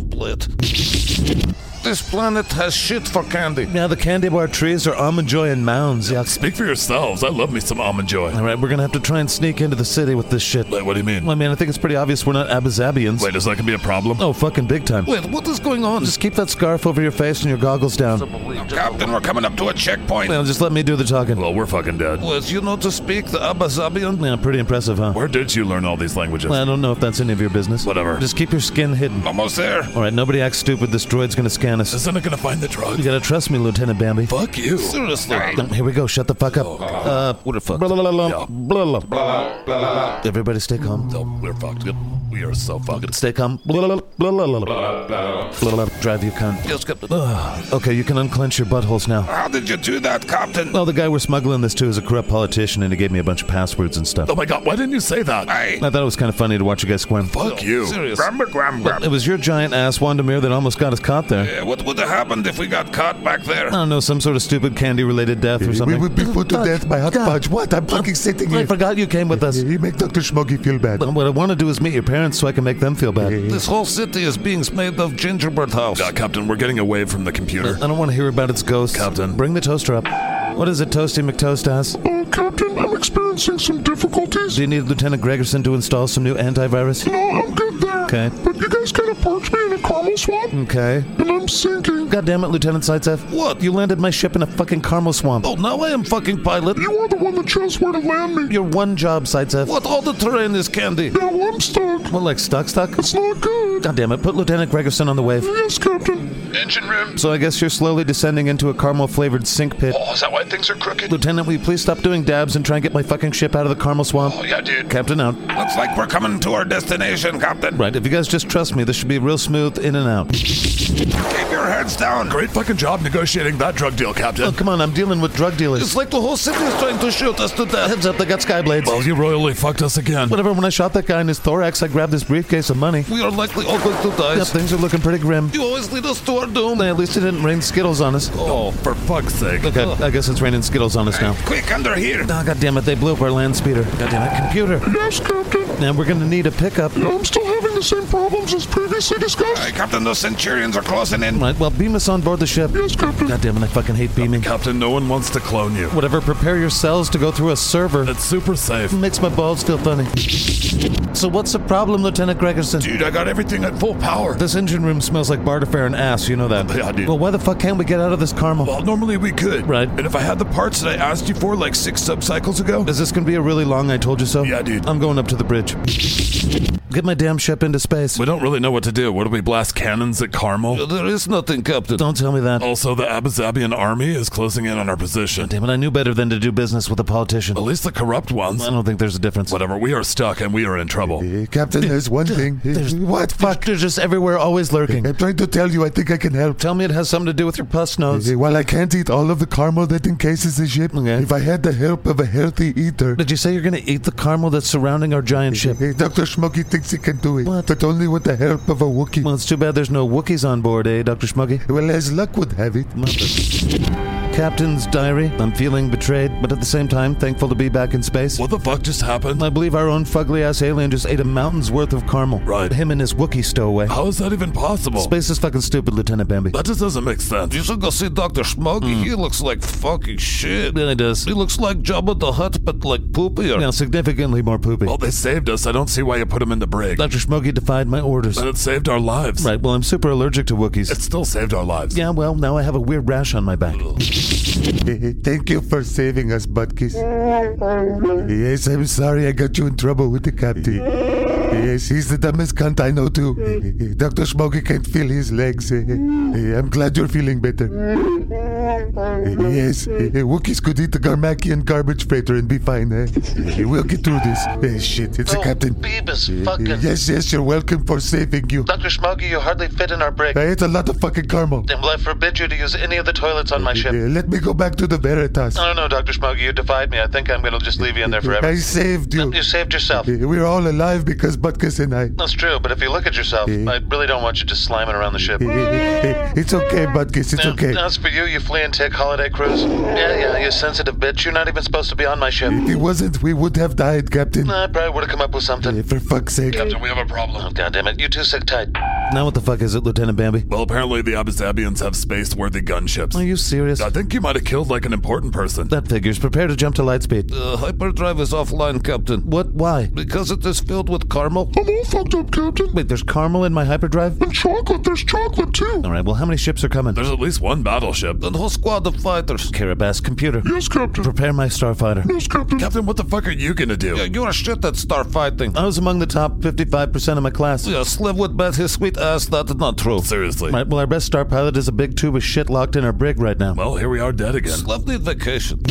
S12: This planet has shit for candy. Yeah, the candy bar trees are almond joy in mounds. Yeah.
S11: Speak for yourselves. I love me some almond joy.
S12: All right, we're gonna have to try and sneak into the city with this shit.
S11: Wait, what do you mean?
S12: Well, I mean, I think it's pretty obvious we're not Abazabians.
S11: Wait, is that gonna be a problem?
S12: Oh, fucking big time. Wait, what is going on? Just keep that scarf over your face and your goggles down.
S17: Captain, we're coming up to a checkpoint.
S12: Well, just let me do the talking.
S11: Well, we're fucking dead.
S12: Was you know to speak the Abazabian? Yeah, pretty impressive, huh?
S11: Where did you learn all these languages?
S12: Well, I don't know if that's any of your business.
S11: Whatever.
S12: Just keep your skin hidden.
S17: Almost there.
S12: All right, nobody acts stupid. Oh. This droid's gonna scan us.
S11: Isn't it gonna find the drug?
S12: You gotta trust me, Lieutenant Bambi.
S11: Fuck you.
S17: Seriously.
S12: Um, Here we go. Shut the fuck up. Uh, what the fuck? Blah, blah, blah, blah, blah, blah, blah. Everybody stay calm.
S11: Oh, we're fucked. We are so fucked.
S12: Stay calm. Blah, blah, blah, blah, blah, blah. Blah, blah. Drive you cunt.
S17: Yes, Captain.
S12: Ugh. Okay, you can unclench your buttholes now.
S17: How did you do that, Captain?
S12: Well, the guy we're smuggling this to is a corrupt politician, and he gave me a bunch of passwords and stuff.
S11: Oh my god, why didn't you say that?
S17: Hey.
S12: I thought it was kind of funny to watch you guys squirm.
S11: Fuck you.
S17: Grumble, grumble, grumble.
S12: It was your giant ass, Wandamir, that almost got us caught there.
S17: Yeah, Uh, what would have happened if we got caught back there?
S12: I don't know, some sort of stupid candy-related death or
S18: We
S12: something.
S18: would be put to
S12: Fuck.
S18: death by hot
S12: God.
S18: fudge. What? I'm fucking sitting
S12: I
S18: here.
S12: forgot you came with us.
S18: You make Dr. Schmoggy feel bad.
S12: But what I want to do is meet your parents so I can make them feel bad.
S18: This
S12: whole city is being made of gingerbread house.
S11: Uh, Captain, we're getting away from the computer.
S12: I don't want to hear about its ghost.
S11: Captain.
S12: Bring the toaster up. What is it, Toasty McToast ass?
S18: Oh,
S16: Uh, Captain, I'm experiencing some difficulties.
S12: Do you need Lieutenant Gregerson to install some new antivirus?
S16: No, I'm good there.
S12: Okay.
S16: But you guys kind of parked me in a caramel swamp,
S12: Okay.
S16: and I'm sinking.
S12: God damn it, Lieutenant Sightsev. What? You landed my ship in a fucking caramel swamp. Oh, now I am fucking pilot.
S16: You are the one that chose where to land me.
S12: Your one job, Sightsev. What? All the terrain is candy.
S16: Now I'm stuck.
S12: What, like stuck stuck?
S16: It's not good.
S12: God damn it, put Lieutenant Gregerson on the wave.
S16: Yes, Captain.
S17: Engine room.
S12: So I guess you're slowly descending into a caramel flavored sink pit.
S17: Oh, is that why things are crooked?
S12: Lieutenant, will you please stop doing dabs and try and get my fucking ship out of the caramel swamp?
S17: Oh, yeah, dude.
S12: Captain out.
S17: Looks like we're coming to our destination, Captain.
S12: Right, if you guys just trust me, this should be real smooth in and out.
S17: Keep your heads down.
S11: Great fucking job negotiating that drug deal, Captain.
S12: Oh, come on, I'm dealing with drug dealers. It's like the whole city is trying to shoot us to death. Heads up, they got sky blades.
S11: Well, you royally fucked us again.
S12: Whatever, when I shot that guy in his thorax, I grabbed his briefcase of money.
S17: We are likely all going to die.
S12: Yeah, things are looking pretty grim.
S17: You always lead us to our doom.
S12: At least it didn't rain Skittles on us.
S11: Oh, for fuck's sake.
S12: Okay, I guess it's raining Skittles on us now.
S17: Quick, under here.
S12: Oh, God damn it, they blew up our land speeder. God damn it, computer.
S16: Yes, Captain.
S12: Now we're gonna need a pickup.
S16: I'm still having the same problems as previously
S17: Hey,
S16: discussed.
S17: Captain, those Centurions are closing in.
S12: Right, well, beam us on board the ship.
S16: Yes, Captain.
S12: God damn it, I fucking hate beaming.
S11: Captain, no one wants to clone you.
S12: Whatever, prepare yourselves to go through a server.
S11: It's super safe.
S12: makes my balls feel funny. So what's the problem, Lieutenant Gregerson?
S11: Dude, I got everything at full power.
S12: This engine room smells like barterfare and ass, you know that.
S11: Yeah, dude.
S12: Well, why the fuck can't we get out of this caramel?
S11: Well, normally we could.
S12: Right.
S11: And if I had the parts that I asked you for like six subcycles ago,
S12: Is this gonna be a really long I told you so?
S11: Yeah, dude.
S12: I'm going up to the bridge. Get my damn ship into space.
S11: we don't really know what to do. What do we blast cannons at Carmel?
S12: There is nothing, Captain. Don't tell me that.
S11: Also, the Abazabian army is closing in on our position.
S12: Damn it, I knew better than to do business with a politician.
S11: At least the corrupt ones.
S12: I don't think there's a difference.
S11: Whatever, we are stuck and we are in trouble.
S18: Eh, Captain, there's one thing. Eh,
S12: There's-
S18: What? Fuck.
S12: They're just everywhere, always lurking.
S18: I'm trying to tell you, I think I can help.
S12: Tell me it has something to do with your pus nose.
S18: Eh, While I can't eat all of the caramel that encases the ship,
S12: Okay.
S18: if I had the help of a healthy eater,
S12: Did you say you're gonna eat the caramel that's surrounding our giant ship?
S18: eh, Dr. Schmoggy thinks he can do it, but only with the help of a Wookiee.
S12: Well, it's too bad there's no Wookiees on board, eh, Dr. Schmuggy?
S18: Well, as luck would have it,
S12: Captain's diary. I'm feeling betrayed, but at the same time, thankful to be back in space.
S11: What the fuck just happened?
S12: I believe our own fugly ass alien just ate a mountain's worth of caramel.
S11: Right. Oh.
S12: Him and his Wookiee stowaway.
S11: How is that even possible?
S12: Space is fucking stupid, Lieutenant Bambi.
S11: That just doesn't make sense. Hmm. You should go see Dr. Smokey. He looks like fucking shit.
S12: Yeah, it does.
S11: He looks like Jabba the Hutt, but like poopier.
S12: Now, significantly more poopy.
S11: Well, they saved us. I don't see why you put him in the brig.
S12: Dr. Schmoggy defied my orders.
S11: And it saved our lives.
S12: Right, well, I'm super allergic to Wookiees.
S11: It still saved our lives.
S12: Yeah, well, now I have a weird rash on my back.
S18: Eh, Thank you for saving us, Butkus. Yes, I'm sorry I got you in trouble with the captain. Yes, he's the dumbest cunt I know, too. Eh, eh, Dr. Smoggy can't feel his legs. Eh, eh, I'm glad you're feeling better. Eh, Yes, eh, eh, Wookiees could eat the Garmakian garbage freighter and be fine, eh? Eh, We'll get through this. Eh, shit, it's the
S19: Oh.
S18: captain. Eh, eh,
S19: fucking-
S18: Yes, yes, you're welcome for saving you.
S19: Dr. Smoggy, you hardly fit in our brig.
S18: I ate a lot of fucking caramel.
S19: Then I forbid you to use any of the toilets on my
S18: Eh,
S19: ship.
S18: Let me go back to the Veritas.
S19: No, no, Dr. Smoggy, you defied me. I think I'm going to just leave you in there forever.
S18: I saved you.
S19: You saved yourself.
S18: Eh, We're all alive because Butkus and I.
S19: That's true, but if you look at yourself, I really don't want you just sliming around the ship.
S18: Eh, eh, eh, It's okay, Butkus, it's
S19: Yeah,
S18: okay.
S19: That's for you, you flea and tick holiday cruise. Yeah, yeah, you sensitive bitch. You're not even supposed to be on my ship.
S18: If it wasn't, we would have died, Captain.
S19: I probably would have come up with something.
S18: Eh, For fuck's sake.
S19: Captain, we have a problem. Oh, God damn it. You two sit tight.
S12: Now what the fuck is it, Lieutenant Bambi?
S11: Well, apparently the Abyssabians have space-worthy gunships.
S12: Are you serious?
S11: I think you might have killed like an important person.
S12: That figures. Prepare to jump to light speed.
S11: Uh, hyperdrive is offline, Captain.
S12: What? Why?
S11: Because it is filled with caramel.
S16: I'm all fucked up, Captain.
S12: Wait, there's caramel in my hyperdrive?
S16: And chocolate, there's chocolate too.
S12: All right, well, how many ships are coming?
S11: There's at least one battleship. And a whole squad of fighters.
S12: Carabas computer.
S16: Yes, Captain.
S12: Prepare my starfighter.
S16: Yes, Captain.
S11: Captain, what the fuck are you gonna do? Yeah, you're a shit at starfighting.
S12: I was among the top 55% of my class.
S11: Yeah, Sliv would bet his sweet ass that's not true. Seriously.
S12: Right, well, our best star pilot is a big tube of shit locked in our brig right now.
S11: Well, here we are dead again. Sliv need vacation.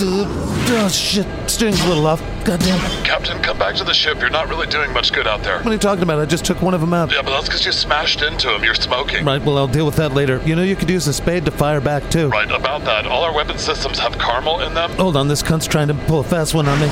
S12: oh, shit. Steering's a little off. Goddamn.
S20: Captain, come back to the ship. You're not really doing much good out there.
S12: What are you talking about? I just took one of them out.
S20: Yeah, but that's because you smashed into him. You're smoking.
S12: Right, well, I'll deal with that later. You know, you could use a spade to fire back, too.
S20: Right, about that. All our weapon systems have caramel in them.
S12: Hold on, this cunt's trying to pull a fast one on me.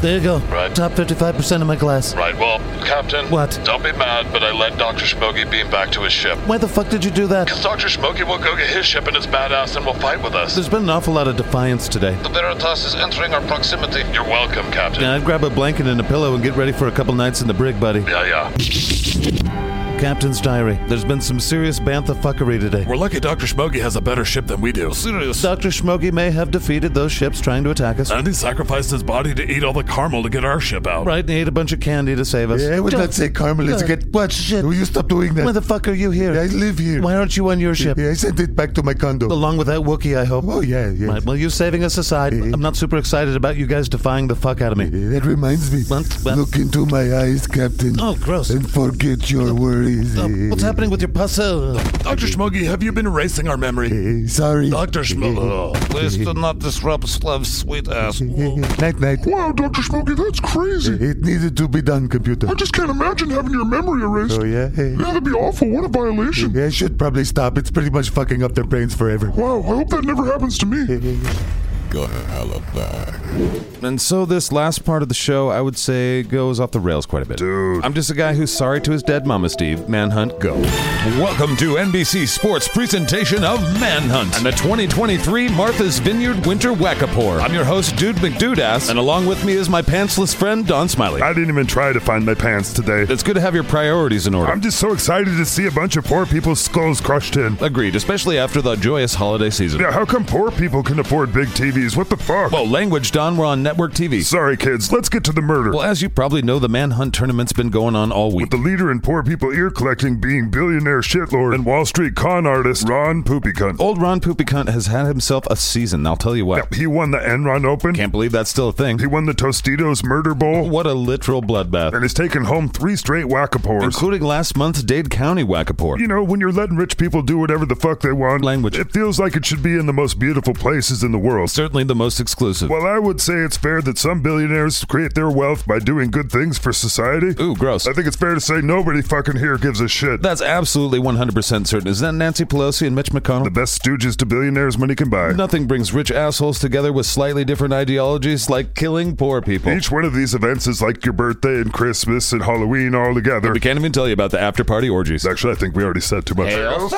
S12: There you go.
S20: Right.
S12: Top 55% of my class.
S20: Right, well, Captain.
S12: What?
S20: Don't be mad, but I let Dr. Smoggy beam back to his ship.
S12: Why the fuck did you do that?
S20: Because Dr. Smoggy will go get his ship and it's badass and will fight with us.
S12: There's been an awful lot of defiance today.
S20: The Veritas is entering our proximity. You're welcome, Captain.
S12: Now, I'd grab a blanket and a pillow and get ready for a couple nights in the brig, buddy.
S20: Yeah, yeah.
S12: Captain's diary. There's been some serious bantha fuckery today.
S11: We're lucky Dr. Smoggy has a better ship than we do. Serious.
S12: Dr. Smoggy may have defeated those ships trying to attack us.
S11: And he sacrificed his body to eat all the caramel to get our ship out.
S12: Right, and he ate a bunch of candy to save us.
S18: Yeah, I would
S12: Don't-
S18: not say caramel. It's
S12: God.
S18: get. What? Shit. Will you stop doing that?
S12: Why the fuck are you here?
S18: I live here.
S12: Why aren't you on your ship?
S18: Yeah, I sent it back to my condo.
S12: Along with that Wookiee, I hope.
S18: Oh, yeah, yeah.
S12: Right, well, you saving us aside, I'm not super excited about you guys defying the fuck out of me.
S18: That reminds me.
S12: what?
S18: Look into my eyes, Captain.
S12: Oh, gross. Oh,
S18: And forget your worries. eh.
S12: What's happening with your puzzle?
S11: Dr. Smoggy, have you been erasing our memory?
S18: Eh, Sorry.
S11: Dr. Smoggy.
S17: Please do not disrupt Slev's sweet ass.
S18: Night, night.
S16: Wow, Dr. Smokey, that's crazy.
S18: It needed to be done, computer.
S16: I just can't imagine having your memory erased.
S18: Oh, yeah? Eh.
S16: Yeah, that'd be awful. What a violation.
S18: Yeah, I should probably stop. It's pretty much fucking up their brains forever.
S16: Wow, I hope that never happens to me.
S1: And so this last part of the show, I would say, goes off the rails quite a bit. Dude. I'm just a guy who's sorry to his dead mama, Steve. Manhunt, go.
S21: Welcome to NBC Sports presentation of Manhunt and the 2023 Martha's Vineyard Winter Whack-A-Pour. I'm your host, Dude McDudass, and along with me is my pantsless friend, Don Smiley.
S2: I didn't even try to find my pants today.
S1: It's good to have your priorities in order.
S2: I'm just so excited to see a bunch of poor people's skulls crushed in.
S1: Agreed, especially after the joyous holiday season.
S2: Yeah, how come poor people can afford big TVs? What the fuck?
S1: Whoa, language, Don. We're on network TV.
S2: Sorry, kids. Let's get to the murder.
S1: Well, as you probably know, the manhunt tournament's been going on all week.
S2: With the leader in poor people ear collecting being billionaire shitlord and Wall Street con artist Ron Poopy Cunt.
S1: Old Ron Poopy Cunt has had himself a season, I'll tell you what.
S2: He won the Enron Open.
S1: Can't believe that's still a thing.
S2: He won the Tostitos Murder Bowl
S1: What a literal bloodbath.
S2: and has taken home three straight whackapores.
S1: Including last month's Dade County Whack-A-Pour.
S2: You know, when you're letting rich people do whatever the fuck they want,
S1: Language.
S2: it feels like it should be in the most beautiful places in the world.
S1: Certainly the most exclusive.
S2: Well, I would say it's fair that some billionaires create their wealth by doing good things for society.
S1: Ooh, gross.
S2: I think it's fair to say nobody fucking here gives a shit.
S1: That's absolutely 100% certain. Is that Nancy Pelosi and Mitch
S2: The
S1: McConnell?
S2: best stooges to billionaires money can buy.
S1: Nothing brings rich assholes together with slightly different ideologies like killing poor people.
S2: Each one of these events is like your birthday and Christmas and Halloween all together.
S1: We can't even tell you about the after party orgies.
S2: Actually, I think we already said too much.
S1: Hail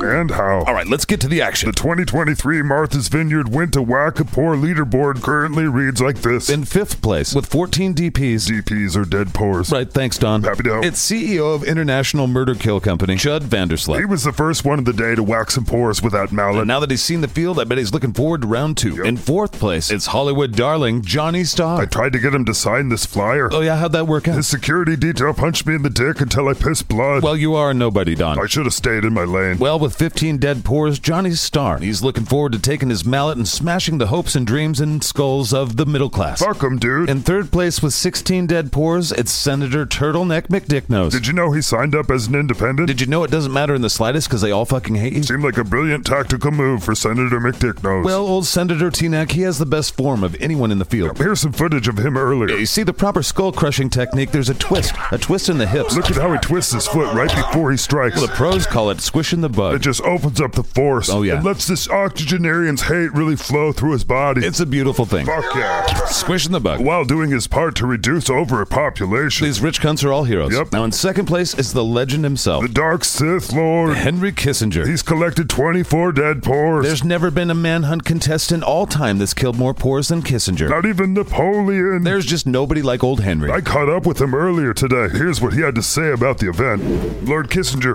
S2: And how?
S1: All right, let's get to the action.
S2: The 2023 Martha's Vineyard Winter Whack Wakapoor leaderboard currently reads like this.
S1: In fifth place with 14 DPs.
S2: DPs are dead pores.
S1: Right, thanks, Don.
S2: Happy to help.
S1: It's CEO of International Murder Kill Company, Judd Vandersloot.
S2: He was the first one of the day to wax some pores with that mallet.
S1: And now that he's seen the field, I bet he's looking forward to round two. In fourth place, it's Hollywood darling Johnny Starr.
S2: I tried to get him to sign this flyer.
S1: Oh, yeah, how'd that work out?
S2: His security detail punched me in the dick until I pissed blood.
S1: Well, you are a nobody, Don.
S2: I should have stayed in my lane.
S1: Well, with 15 dead pores, Johnny's star. He's looking forward to taking his mallet and smashing the hopes and dreams and skulls of the middle class.
S2: Fuck him, dude.
S1: In third place with 16 dead pores, it's Senator Turtleneck McDicknose.
S2: Did you know he signed up as an independent?
S1: Did you know it doesn't matter in the slightest because they all fucking hate you?
S2: Seemed like a brilliant tactical move for Senator McDicknose.
S1: Well, old Senator Teaneck, he has the best form of anyone in the field.
S2: Here's some footage of him earlier.
S1: You see the proper skull crushing technique, there's a twist. A twist in the hips.
S2: Look at how he twists his foot right before he strikes.
S1: The pros call it squishing the bug.
S2: It just opens up the force.
S1: Oh, yeah.
S2: And lets this octogenarian's hate really flow through his body.
S1: It's a beautiful thing.
S2: Fuck yeah.
S1: Squishing the bug.
S2: While doing his part to reduce overpopulation.
S1: These rich cunts are all heroes.
S2: Yep.
S1: Now in second place is the legend himself,
S2: The Dark Sith Lord.
S1: Henry Kissinger.
S2: He's collected 24 dead pores.
S1: There's never been a manhunt contestant all time that's killed more pores than Kissinger.
S2: Not even Napoleon.
S1: There's just nobody like old Henry.
S2: I caught up with him earlier today. Here's what he had to say about the event. Lord Kissinger,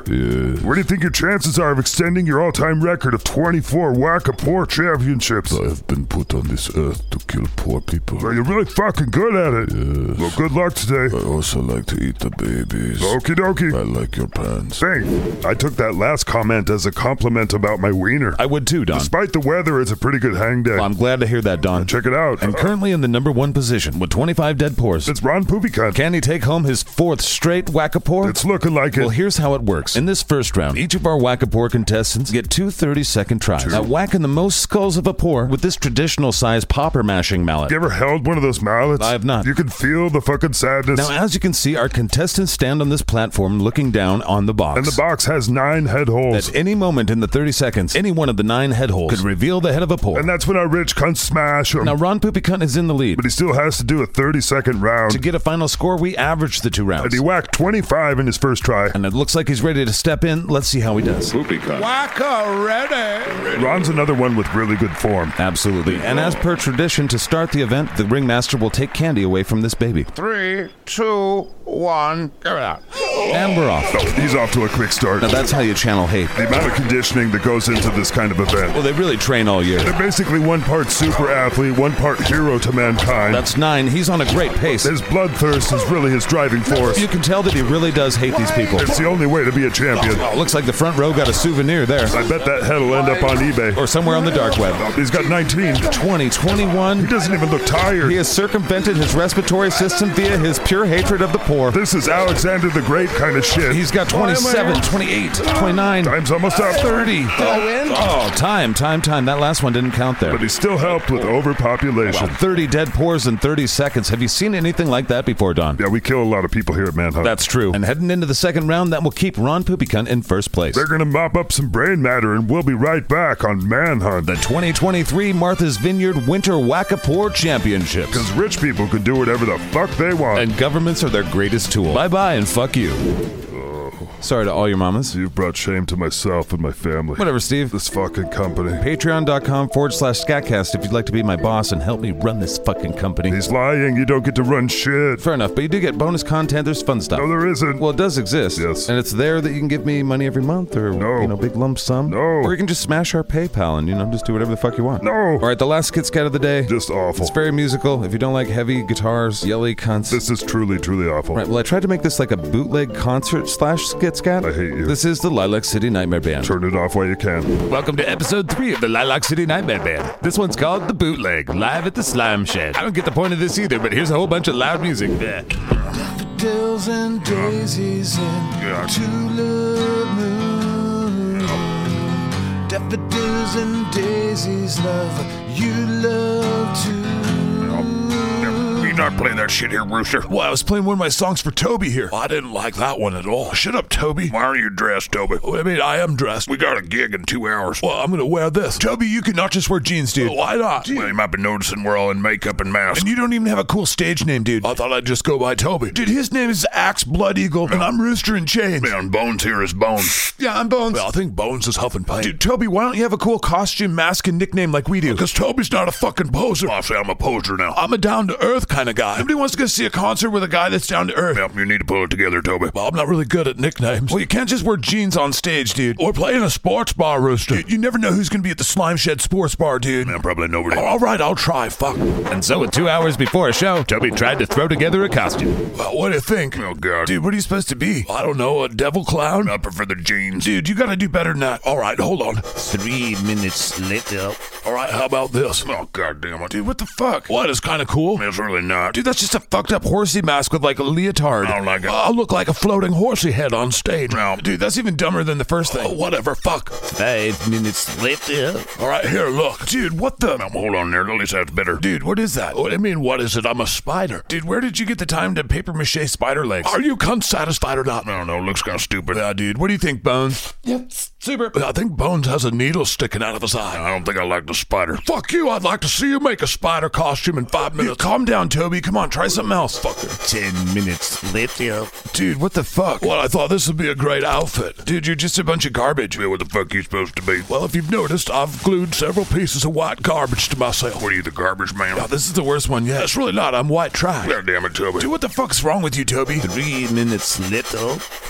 S2: what do you think your chances are of extending your all-time record of 24 whack-a-poor championships?
S22: I have been put on this earth to kill poor people.
S2: Well, you're really fucking good at it. Well, good luck today.
S22: I also like to eat the babies.
S2: Okie dokie.
S22: I like your pants.
S2: Thing, I took that last comment as a compliment about my wiener.
S1: I would too, Don.
S2: Despite the weather, it's a pretty good hang day.
S1: Well, I'm glad to hear that, Don.
S2: Check it out.
S1: And currently in the number one position with 25 dead pores.
S2: it's Ron Poopycunt.
S1: Can he take home his fourth straight Wackapore?
S2: It's looking like it.
S1: Well, here's how it works. In this first round, each of our Wackapore contestants get two 30 second tries at whacking the most skulls of a pour with this traditional size popper mashing mallet.
S2: you ever held one of those mallets?
S1: I have not.
S2: You can feel the fucking sadness.
S1: Now, as you can see, our contestants stand on this platform looking down on the box.
S2: and the box has nine head holes.
S1: At any moment in the 30 seconds, any one of the nine head holes could reveal the head of a pour.
S2: and that's when our rich cunts smash him.
S1: Now, Ron Poopy Cunt is in the lead.
S2: but he still has to do a 30 second round.
S1: To get a final score, we averaged the two
S2: and
S1: rounds.
S2: he whacked 25 in his first try.
S1: And it looks like he's ready to step in. Let's see how he does.
S17: Waka ready.
S2: Ron's another one with really good form.
S1: Absolutely. And as per tradition, to start the event, the ringmaster will take candy away from this baby.
S17: Three, two, one. Give it out.
S1: And we're off.
S2: Oh, he's off to a quick start.
S1: Now, that's how you channel hate.
S2: the amount of conditioning that goes into this kind of event.
S1: Well, they really train all year.
S2: They're basically one part super athlete, one part hero to mankind.
S1: That's nine. He's on a great pace.
S2: his bloodthirst is really his driving force.
S1: You can tell that he really does hate these people.
S2: It's the only way to be a champion.
S1: Oh, looks like the front row got a souvenir there.
S2: I bet that head'll end up on eBay.
S1: Or somewhere on the dark web.
S2: He's got 19.
S1: 20,
S2: He
S1: 21.
S2: doesn't even look
S1: He
S2: tired.
S1: has circumvented his respiratory system via his pure hatred of the poor.
S2: This is Alexander the Great kind of shit.
S1: He's got 27, 28, 29,
S2: Time's almost up.
S1: 30. Oh, time, time, time. That last one didn't count there.
S2: But he still helped with
S1: Wow,
S2: overpopulation.
S1: 30 dead pores in 30 seconds. Have you seen anything like that before, Don?
S2: Yeah, we kill a lot of people here at Manhunt.
S1: That's true. And heading into the second round, that will keep Ron Poopycunt in first place.
S2: They're gonna mop up some brain matter, and we'll be right back on Manhunt.
S1: The 2023 Martha's Vineyard Winter Wackapore Championships.
S2: Because rich people can do whatever the fuck they want.
S1: And governments are their greatest tool. Bye bye and fuck you. Sorry to all your mamas.
S2: You've brought shame to myself and my family.
S1: Whatever, Steve.
S2: This fucking company.
S1: Patreon.com forward slash scatcast if you'd like to be my boss and help me run this fucking company.
S2: He's lying. You don't get to run shit.
S1: Fair enough, but you do get bonus content. There's fun stuff.
S2: No, there isn't.
S1: Well, it does exist.
S2: Yes.
S1: And it's there that you can give me money every month or,
S2: No.
S1: you know, big lump sum.
S2: No.
S1: Or you can just smash our PayPal and, you know, just do whatever the fuck you want.
S2: No.
S1: All right, the last skit scat of the day.
S2: Just awful.
S1: It's very musical. If you don't like heavy guitars, yelly cunts.
S2: This is truly, truly awful.
S1: Right, well, I tried to make this like a bootleg concert slash skit scat.
S2: I hate you.
S1: This is the Lilac City Nightmare Band.
S2: Turn it off while you can.
S21: Welcome to episode three of the Lilac City Nightmare Band. This one's called The Bootleg, live at the Slime Shed. I don't get the point of this either, but here's a whole bunch of loud music. Bleh.
S8: Daffodils and daisies and tulip moon. Daffodils and daisies, love you love too.
S23: not playing that shit here, Rooster.
S3: Well, I was playing one of my songs for Toby here. I didn't like that one at all. Shut up, Toby.
S23: Why aren't you dressed, Toby?
S3: I mean, I am dressed.
S23: We got a gig in two hours.
S3: Well, I'm gonna wear this. Toby, you cannot just wear jeans, dude. Why not?
S23: Well, you might be noticing we're all in makeup and masks.
S3: And you don't even have a cool stage name, dude. I thought I'd just go by Toby. Dude, his name is Axe Blood Eagle, and I'm Rooster and Chains.
S23: Man, Bones here is Bones.
S3: Yeah, I'm Bones. Well, I think Bones is Huff and Pine. Dude, Toby, why don't you have a cool costume, mask, and nickname like we do?
S23: Because Toby's not a fucking poser. I say I'm a poser now.
S3: I'm a down to earth kind of guy. Nobody wants to go see a concert with a guy that's down to earth.
S23: Yep, you need to pull it together, Toby.
S3: Well, I'm not really good at nicknames. Well, you can't just wear jeans on stage, dude. Or play in a sports bar, Rooster. You, you never know who's going to be at the Slime Shed Sports Bar, dude.
S23: Man, probably nobody.
S3: Oh, all right, I'll try. Fuck.
S24: And so, with two hours before a show, Toby tried to throw together a costume.
S3: Well, what do you think?
S23: Oh, God.
S3: Dude, what are you supposed to be? I don't know, a devil clown?
S23: I prefer the jeans.
S3: Dude, you got to do better than that. All right, hold on.
S25: Three minutes later.
S3: All right, how about this?
S23: Oh, God damn it.
S3: Dude, what the fuck? What is kind of cool?
S23: It's really not.
S3: Dude, that's just a fucked up horsey mask with like a leotard.
S23: I don't like it.
S3: I'll look like a floating horsey head on stage.
S23: No.
S3: Dude, that's even dumber than the first thing.
S25: Oh,
S3: whatever, fuck.
S25: Five minutes later.
S3: All right, here, look. Dude, what the?
S23: Um, hold on there. At least that's better.
S3: Dude, what is that? What, I mean, what is it? I'm a spider. Dude, where did you get the time to paper mache spider legs? Are you cunt satisfied or not?
S23: I don't know. Looks kind of stupid.
S3: Yeah, dude. What do you think, Bones?
S25: Yep, super.
S3: I think Bones has a needle sticking out of his eye.
S23: I don't think I like the spider.
S3: Fuck you. I'd like to see you make a spider costume in five minutes. calm down, Toby. Come on, try something else. Fucker.
S25: Ten minutes later.
S3: Dude, what the fuck? Well, I thought this would be a great outfit. Dude, you're just a bunch of garbage.
S23: Yeah, what the fuck you supposed to be?
S3: Well, if you've noticed, I've glued several pieces of white garbage to myself.
S23: What are you, the garbage man?
S3: Now, this is the worst one yet. It's really not. I'm white trash.
S23: God damn it, Toby.
S3: Dude, what the fuck's wrong with you, Toby?
S25: Three minutes later.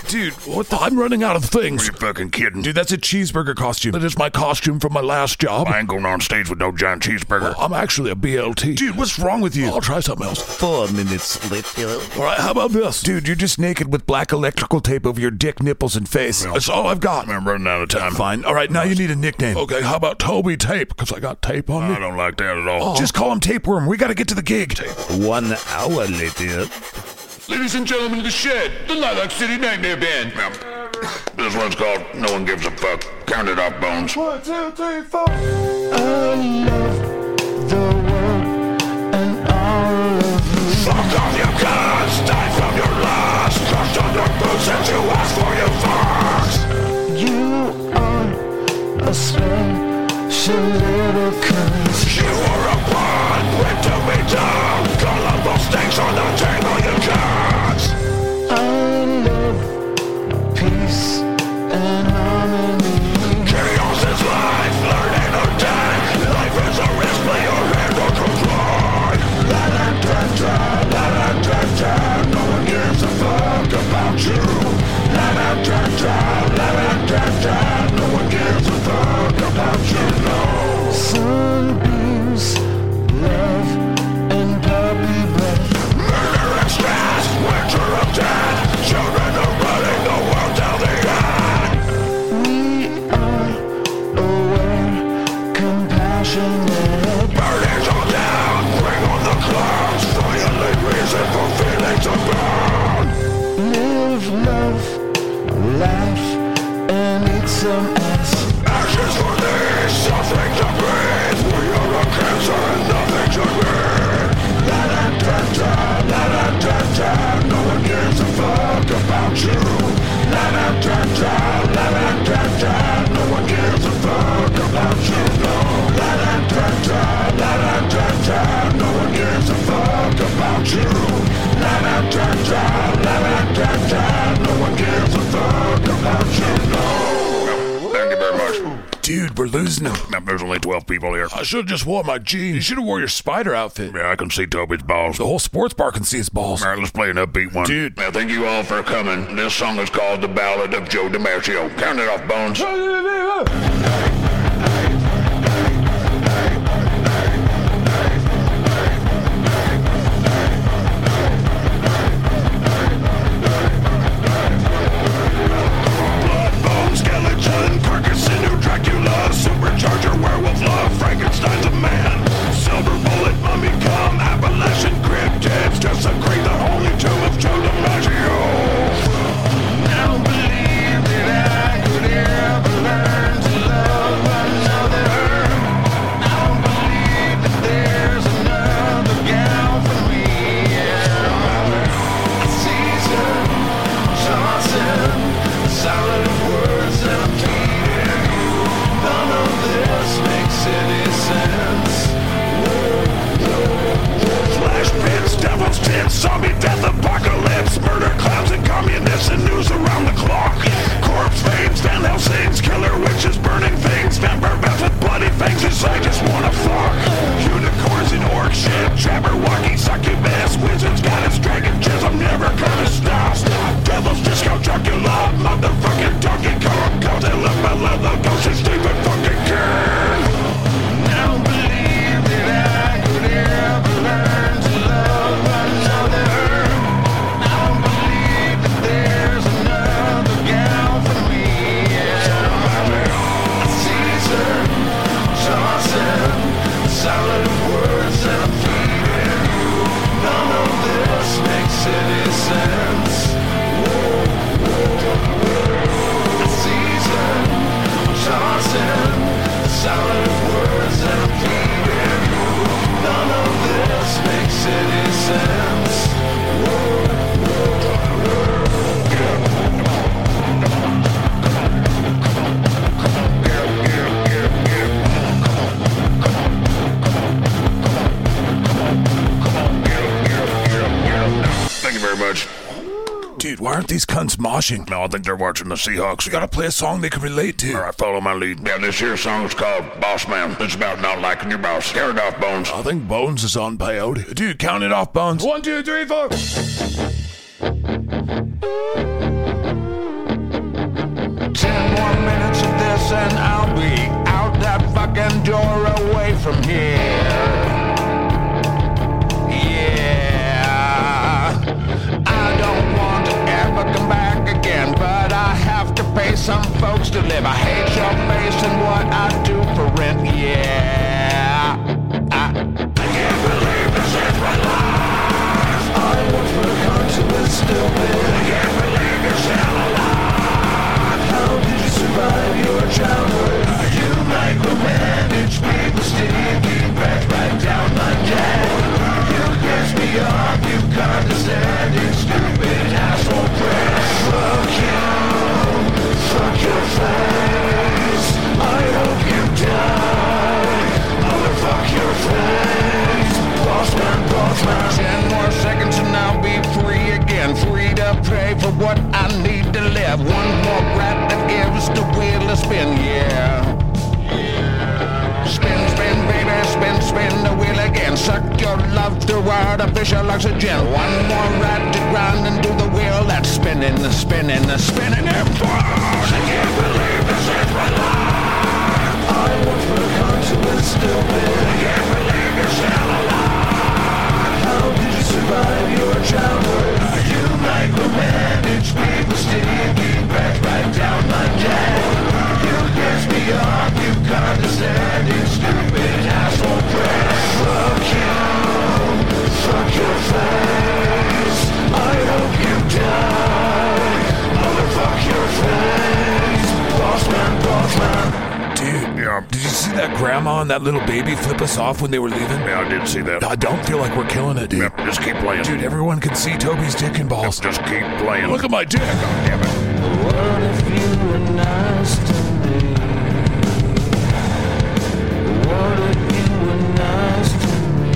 S3: Dude, what the? I'm running out of things.
S23: Are you fucking kidding?
S3: Dude, that's a cheeseburger costume. That is my costume from my last job.
S23: I ain't going on stage with no giant cheeseburger.
S3: Well, I'm actually a BLT. Dude, what's wrong with you? I'll try something else.
S25: Four minutes later.
S3: All right, how about this? Dude, you're just naked with black electrical tape over your dick, nipples, and face.
S23: Well,
S3: That's all I've got.
S23: I'm running out of time.
S3: Fine. All right, now you need a nickname. Okay, how about Toby Tape? Because I got tape on me.
S23: I don't like that at all.
S3: Just call him Tapeworm. We got to get to the gig.
S25: One hour later.
S26: Ladies and gentlemen of the shed, the Lilac City Nightmare Band.
S23: Yep. This one's called No One Gives a Fuck. Count it off, Bones.
S26: One, two, three, four.
S11: Fuck off, you cunts! Die from your lust! Trust on your boots and you ask for your fucks!
S12: You are a special little cunt.
S11: You are a pawn, bred to be down! Call out those things on the table, you cunts!
S12: I love peace and harmony.
S11: Chaos is life, learn and or die! Life is a risk, play your hand or control! Let it turn, let it turn, no one gives a fuck about you! Let it turn, let it turn, no one gives a fuck about you, no!
S12: Sunbeams, love, and puppy breath.
S11: Murder and stress, winter of death. Children are running the world down the end.
S12: We are aware, compassionate.
S11: Burdens all down, bring on the clouds. Finally, reason for feelings to burn.
S12: Live, love, laugh, and eat some ass.
S11: Ashes for these, suffering to breathe. We are a cancer and nothing to breathe. Let it enter, let it enter. No one gives a fuck about you. Let it enter, let it enter. No one gives a fuck about you. No. Let it enter, let it enter. No one gives a fuck about you. Let it enter, let it enter. No one gives a fuck about you. No.
S23: Thank you very much.
S3: Dude, we're losing him.
S23: Yep, there's only 12 people here.
S3: I should have just wore my jeans. You should have wore your spider outfit.
S23: Yeah, I can see Toby's balls.
S3: The whole sports bar can see his balls.
S23: All right, let's play an upbeat one.
S3: Dude.
S23: Now, thank you all for coming. This song is called The Ballad of Joe DiMaggio. Count it off, Bones.
S11: Blood, bone, skeleton, carcass, sinew, Dracula, supercharger, werewolf love, Frankenstein's a man. Silver bullet, mummy come, Appalachian cryptids, desecrate the holy tomb of Joe DiMaggio. I don't believe that I could ever learn to love.
S12: Zombie death apocalypse, murder clowns and communists and news around the clock. Corpse veins, Van Helsing's, killer witches, burning things, vampire bats with bloody fangs. It's I just wanna fuck. Unicorns and orc shit, Jabberwocky, succubus, wizards, goddess, dragon chess. I'm never gonna stop. Devil's disco, Dracula, motherfucking Donkey Kong, cause I love my love, the ghost is Stephen fucking King. Now believe that I could ever learn to love another. I don't believe that there's another gal for me. Caesar, Johnson, solid words that I'm feeding. None of this makes any sense. Whoa, whoa, whoa. Caesar, Johnson, solid words that I'm feeding. None of this makes any sense.
S2: Thank you very much.
S3: Dude, why aren't these cunts moshing?
S2: No, I think they're watching the Seahawks.
S3: We gotta play a song they can relate to.
S2: All right, follow my lead. Yeah, this here song's called Boss Man. It's about not liking your boss. Tear it off, Bones.
S3: I think Bones is on peyote. Dude, count it off, Bones.
S27: One, two, three, four.
S12: Ten more minutes of this and I'll be out that fucking door away from here. Yeah. I don't want to ever come back again, but I have to pay some folks to live. I hate your face and what I do for rent. Yeah. I, I can't believe this is my life. I worked very hard to be stupid. I can't believe you're still alive. How did you survive your childhood? You micromanage me, steaming back right down my jaw. You piss me off, you condescending, stupid asshole press. Fuck you, fuck your face. I hope you die. Motherfuck your face. Boss man, boss man. Ten more seconds and I'll be free again. Free to pray for what I need to live. One more rat that gives the wheel a spin, yeah. Spin, spin, baby, spin, spin the wheel again. Suck your love through artificial oxygen. One more ride to grind and do the wheel that's spinning, spinning, spinning. And I can't believe this is my life. I worked very hard to be stupid. I can't believe you're still alive. How did you survive your childhood? You micromanage me, sticking back right down my jaw. You piss me off, you condescending, stupid asshole press. Fuck you, fuck your face. I hope you die. Motherfuck your face. Boss man, boss man.
S3: Dude, did you see that grandma and that little baby flip us off when they were leaving?
S2: Yeah, I did see that.
S3: I don't feel like we're killing it, dude.
S2: Yep, just keep playing.
S3: Dude, everyone can see Toby's dick and balls.
S2: Just keep playing.
S3: Look at my dick.
S2: God damn it.
S28: What if you were nice to me? What if you were nice to me?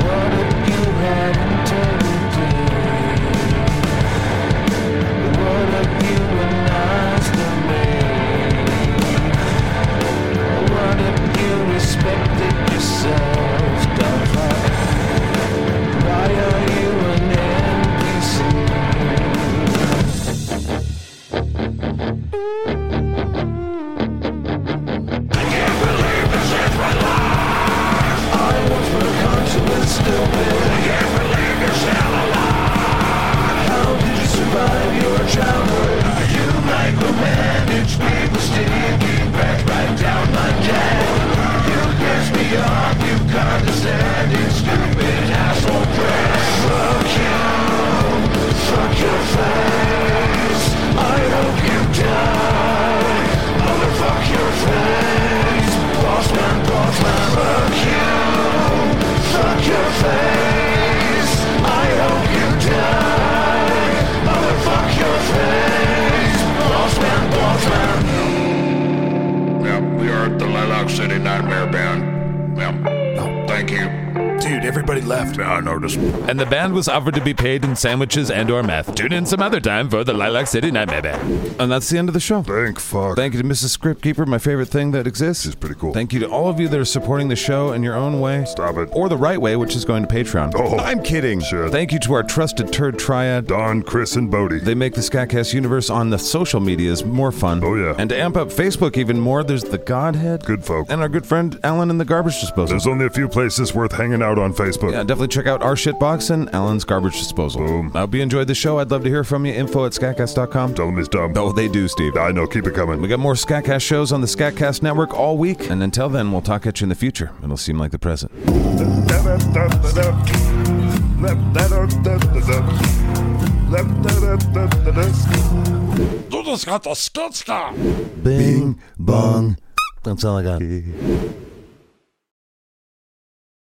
S28: What if you had integrity? What if you were nice to me? What if you respected yourself? Don't fight. Why are you an NPC?
S2: Yep, we are at the Lilac City Nightmare Band. Yep. Thank you.
S3: Dude, everybody Everybody left.
S29: I noticed. And the band was offered to be paid in sandwiches and or meth. Tune in some other time for the Lilac City Nightmare Band.
S1: And that's the end of the show.
S2: Thank fuck.
S1: Thank you to Mrs. Scriptkeeper, my favorite thing that exists.
S2: It's pretty cool.
S1: Thank you to all of you that are supporting the show in your own way.
S2: Stop it.
S1: Or the right way, which is going to Patreon.
S2: Oh.
S1: I'm kidding.
S2: Shit.
S1: Thank you to our trusted turd triad.
S2: Don, Chris, and Bodie.
S1: They make the Scatcast universe on the social medias more fun.
S2: Oh, yeah.
S1: And to amp up Facebook even more, there's the Godhead
S2: Good folk.
S1: and our good friend Alan in the garbage disposal.
S2: There's only a few places worth hanging out on Facebook.
S1: Yeah, definitely check out our shitbox and Alan's garbage disposal.
S2: Boom.
S1: I hope you enjoyed the show. I'd love to hear from you. Info at scatcast.com.
S2: Tell them it's dumb.
S1: Oh, they do, Steve.
S2: I know. Keep it coming.
S1: We got more Scatcast shows on the Scatcast Network all week. And until then, we'll talk at you in the future. It'll seem like the present.
S30: Du, das hat das Stützka.
S12: Bing, bong. That's all I got.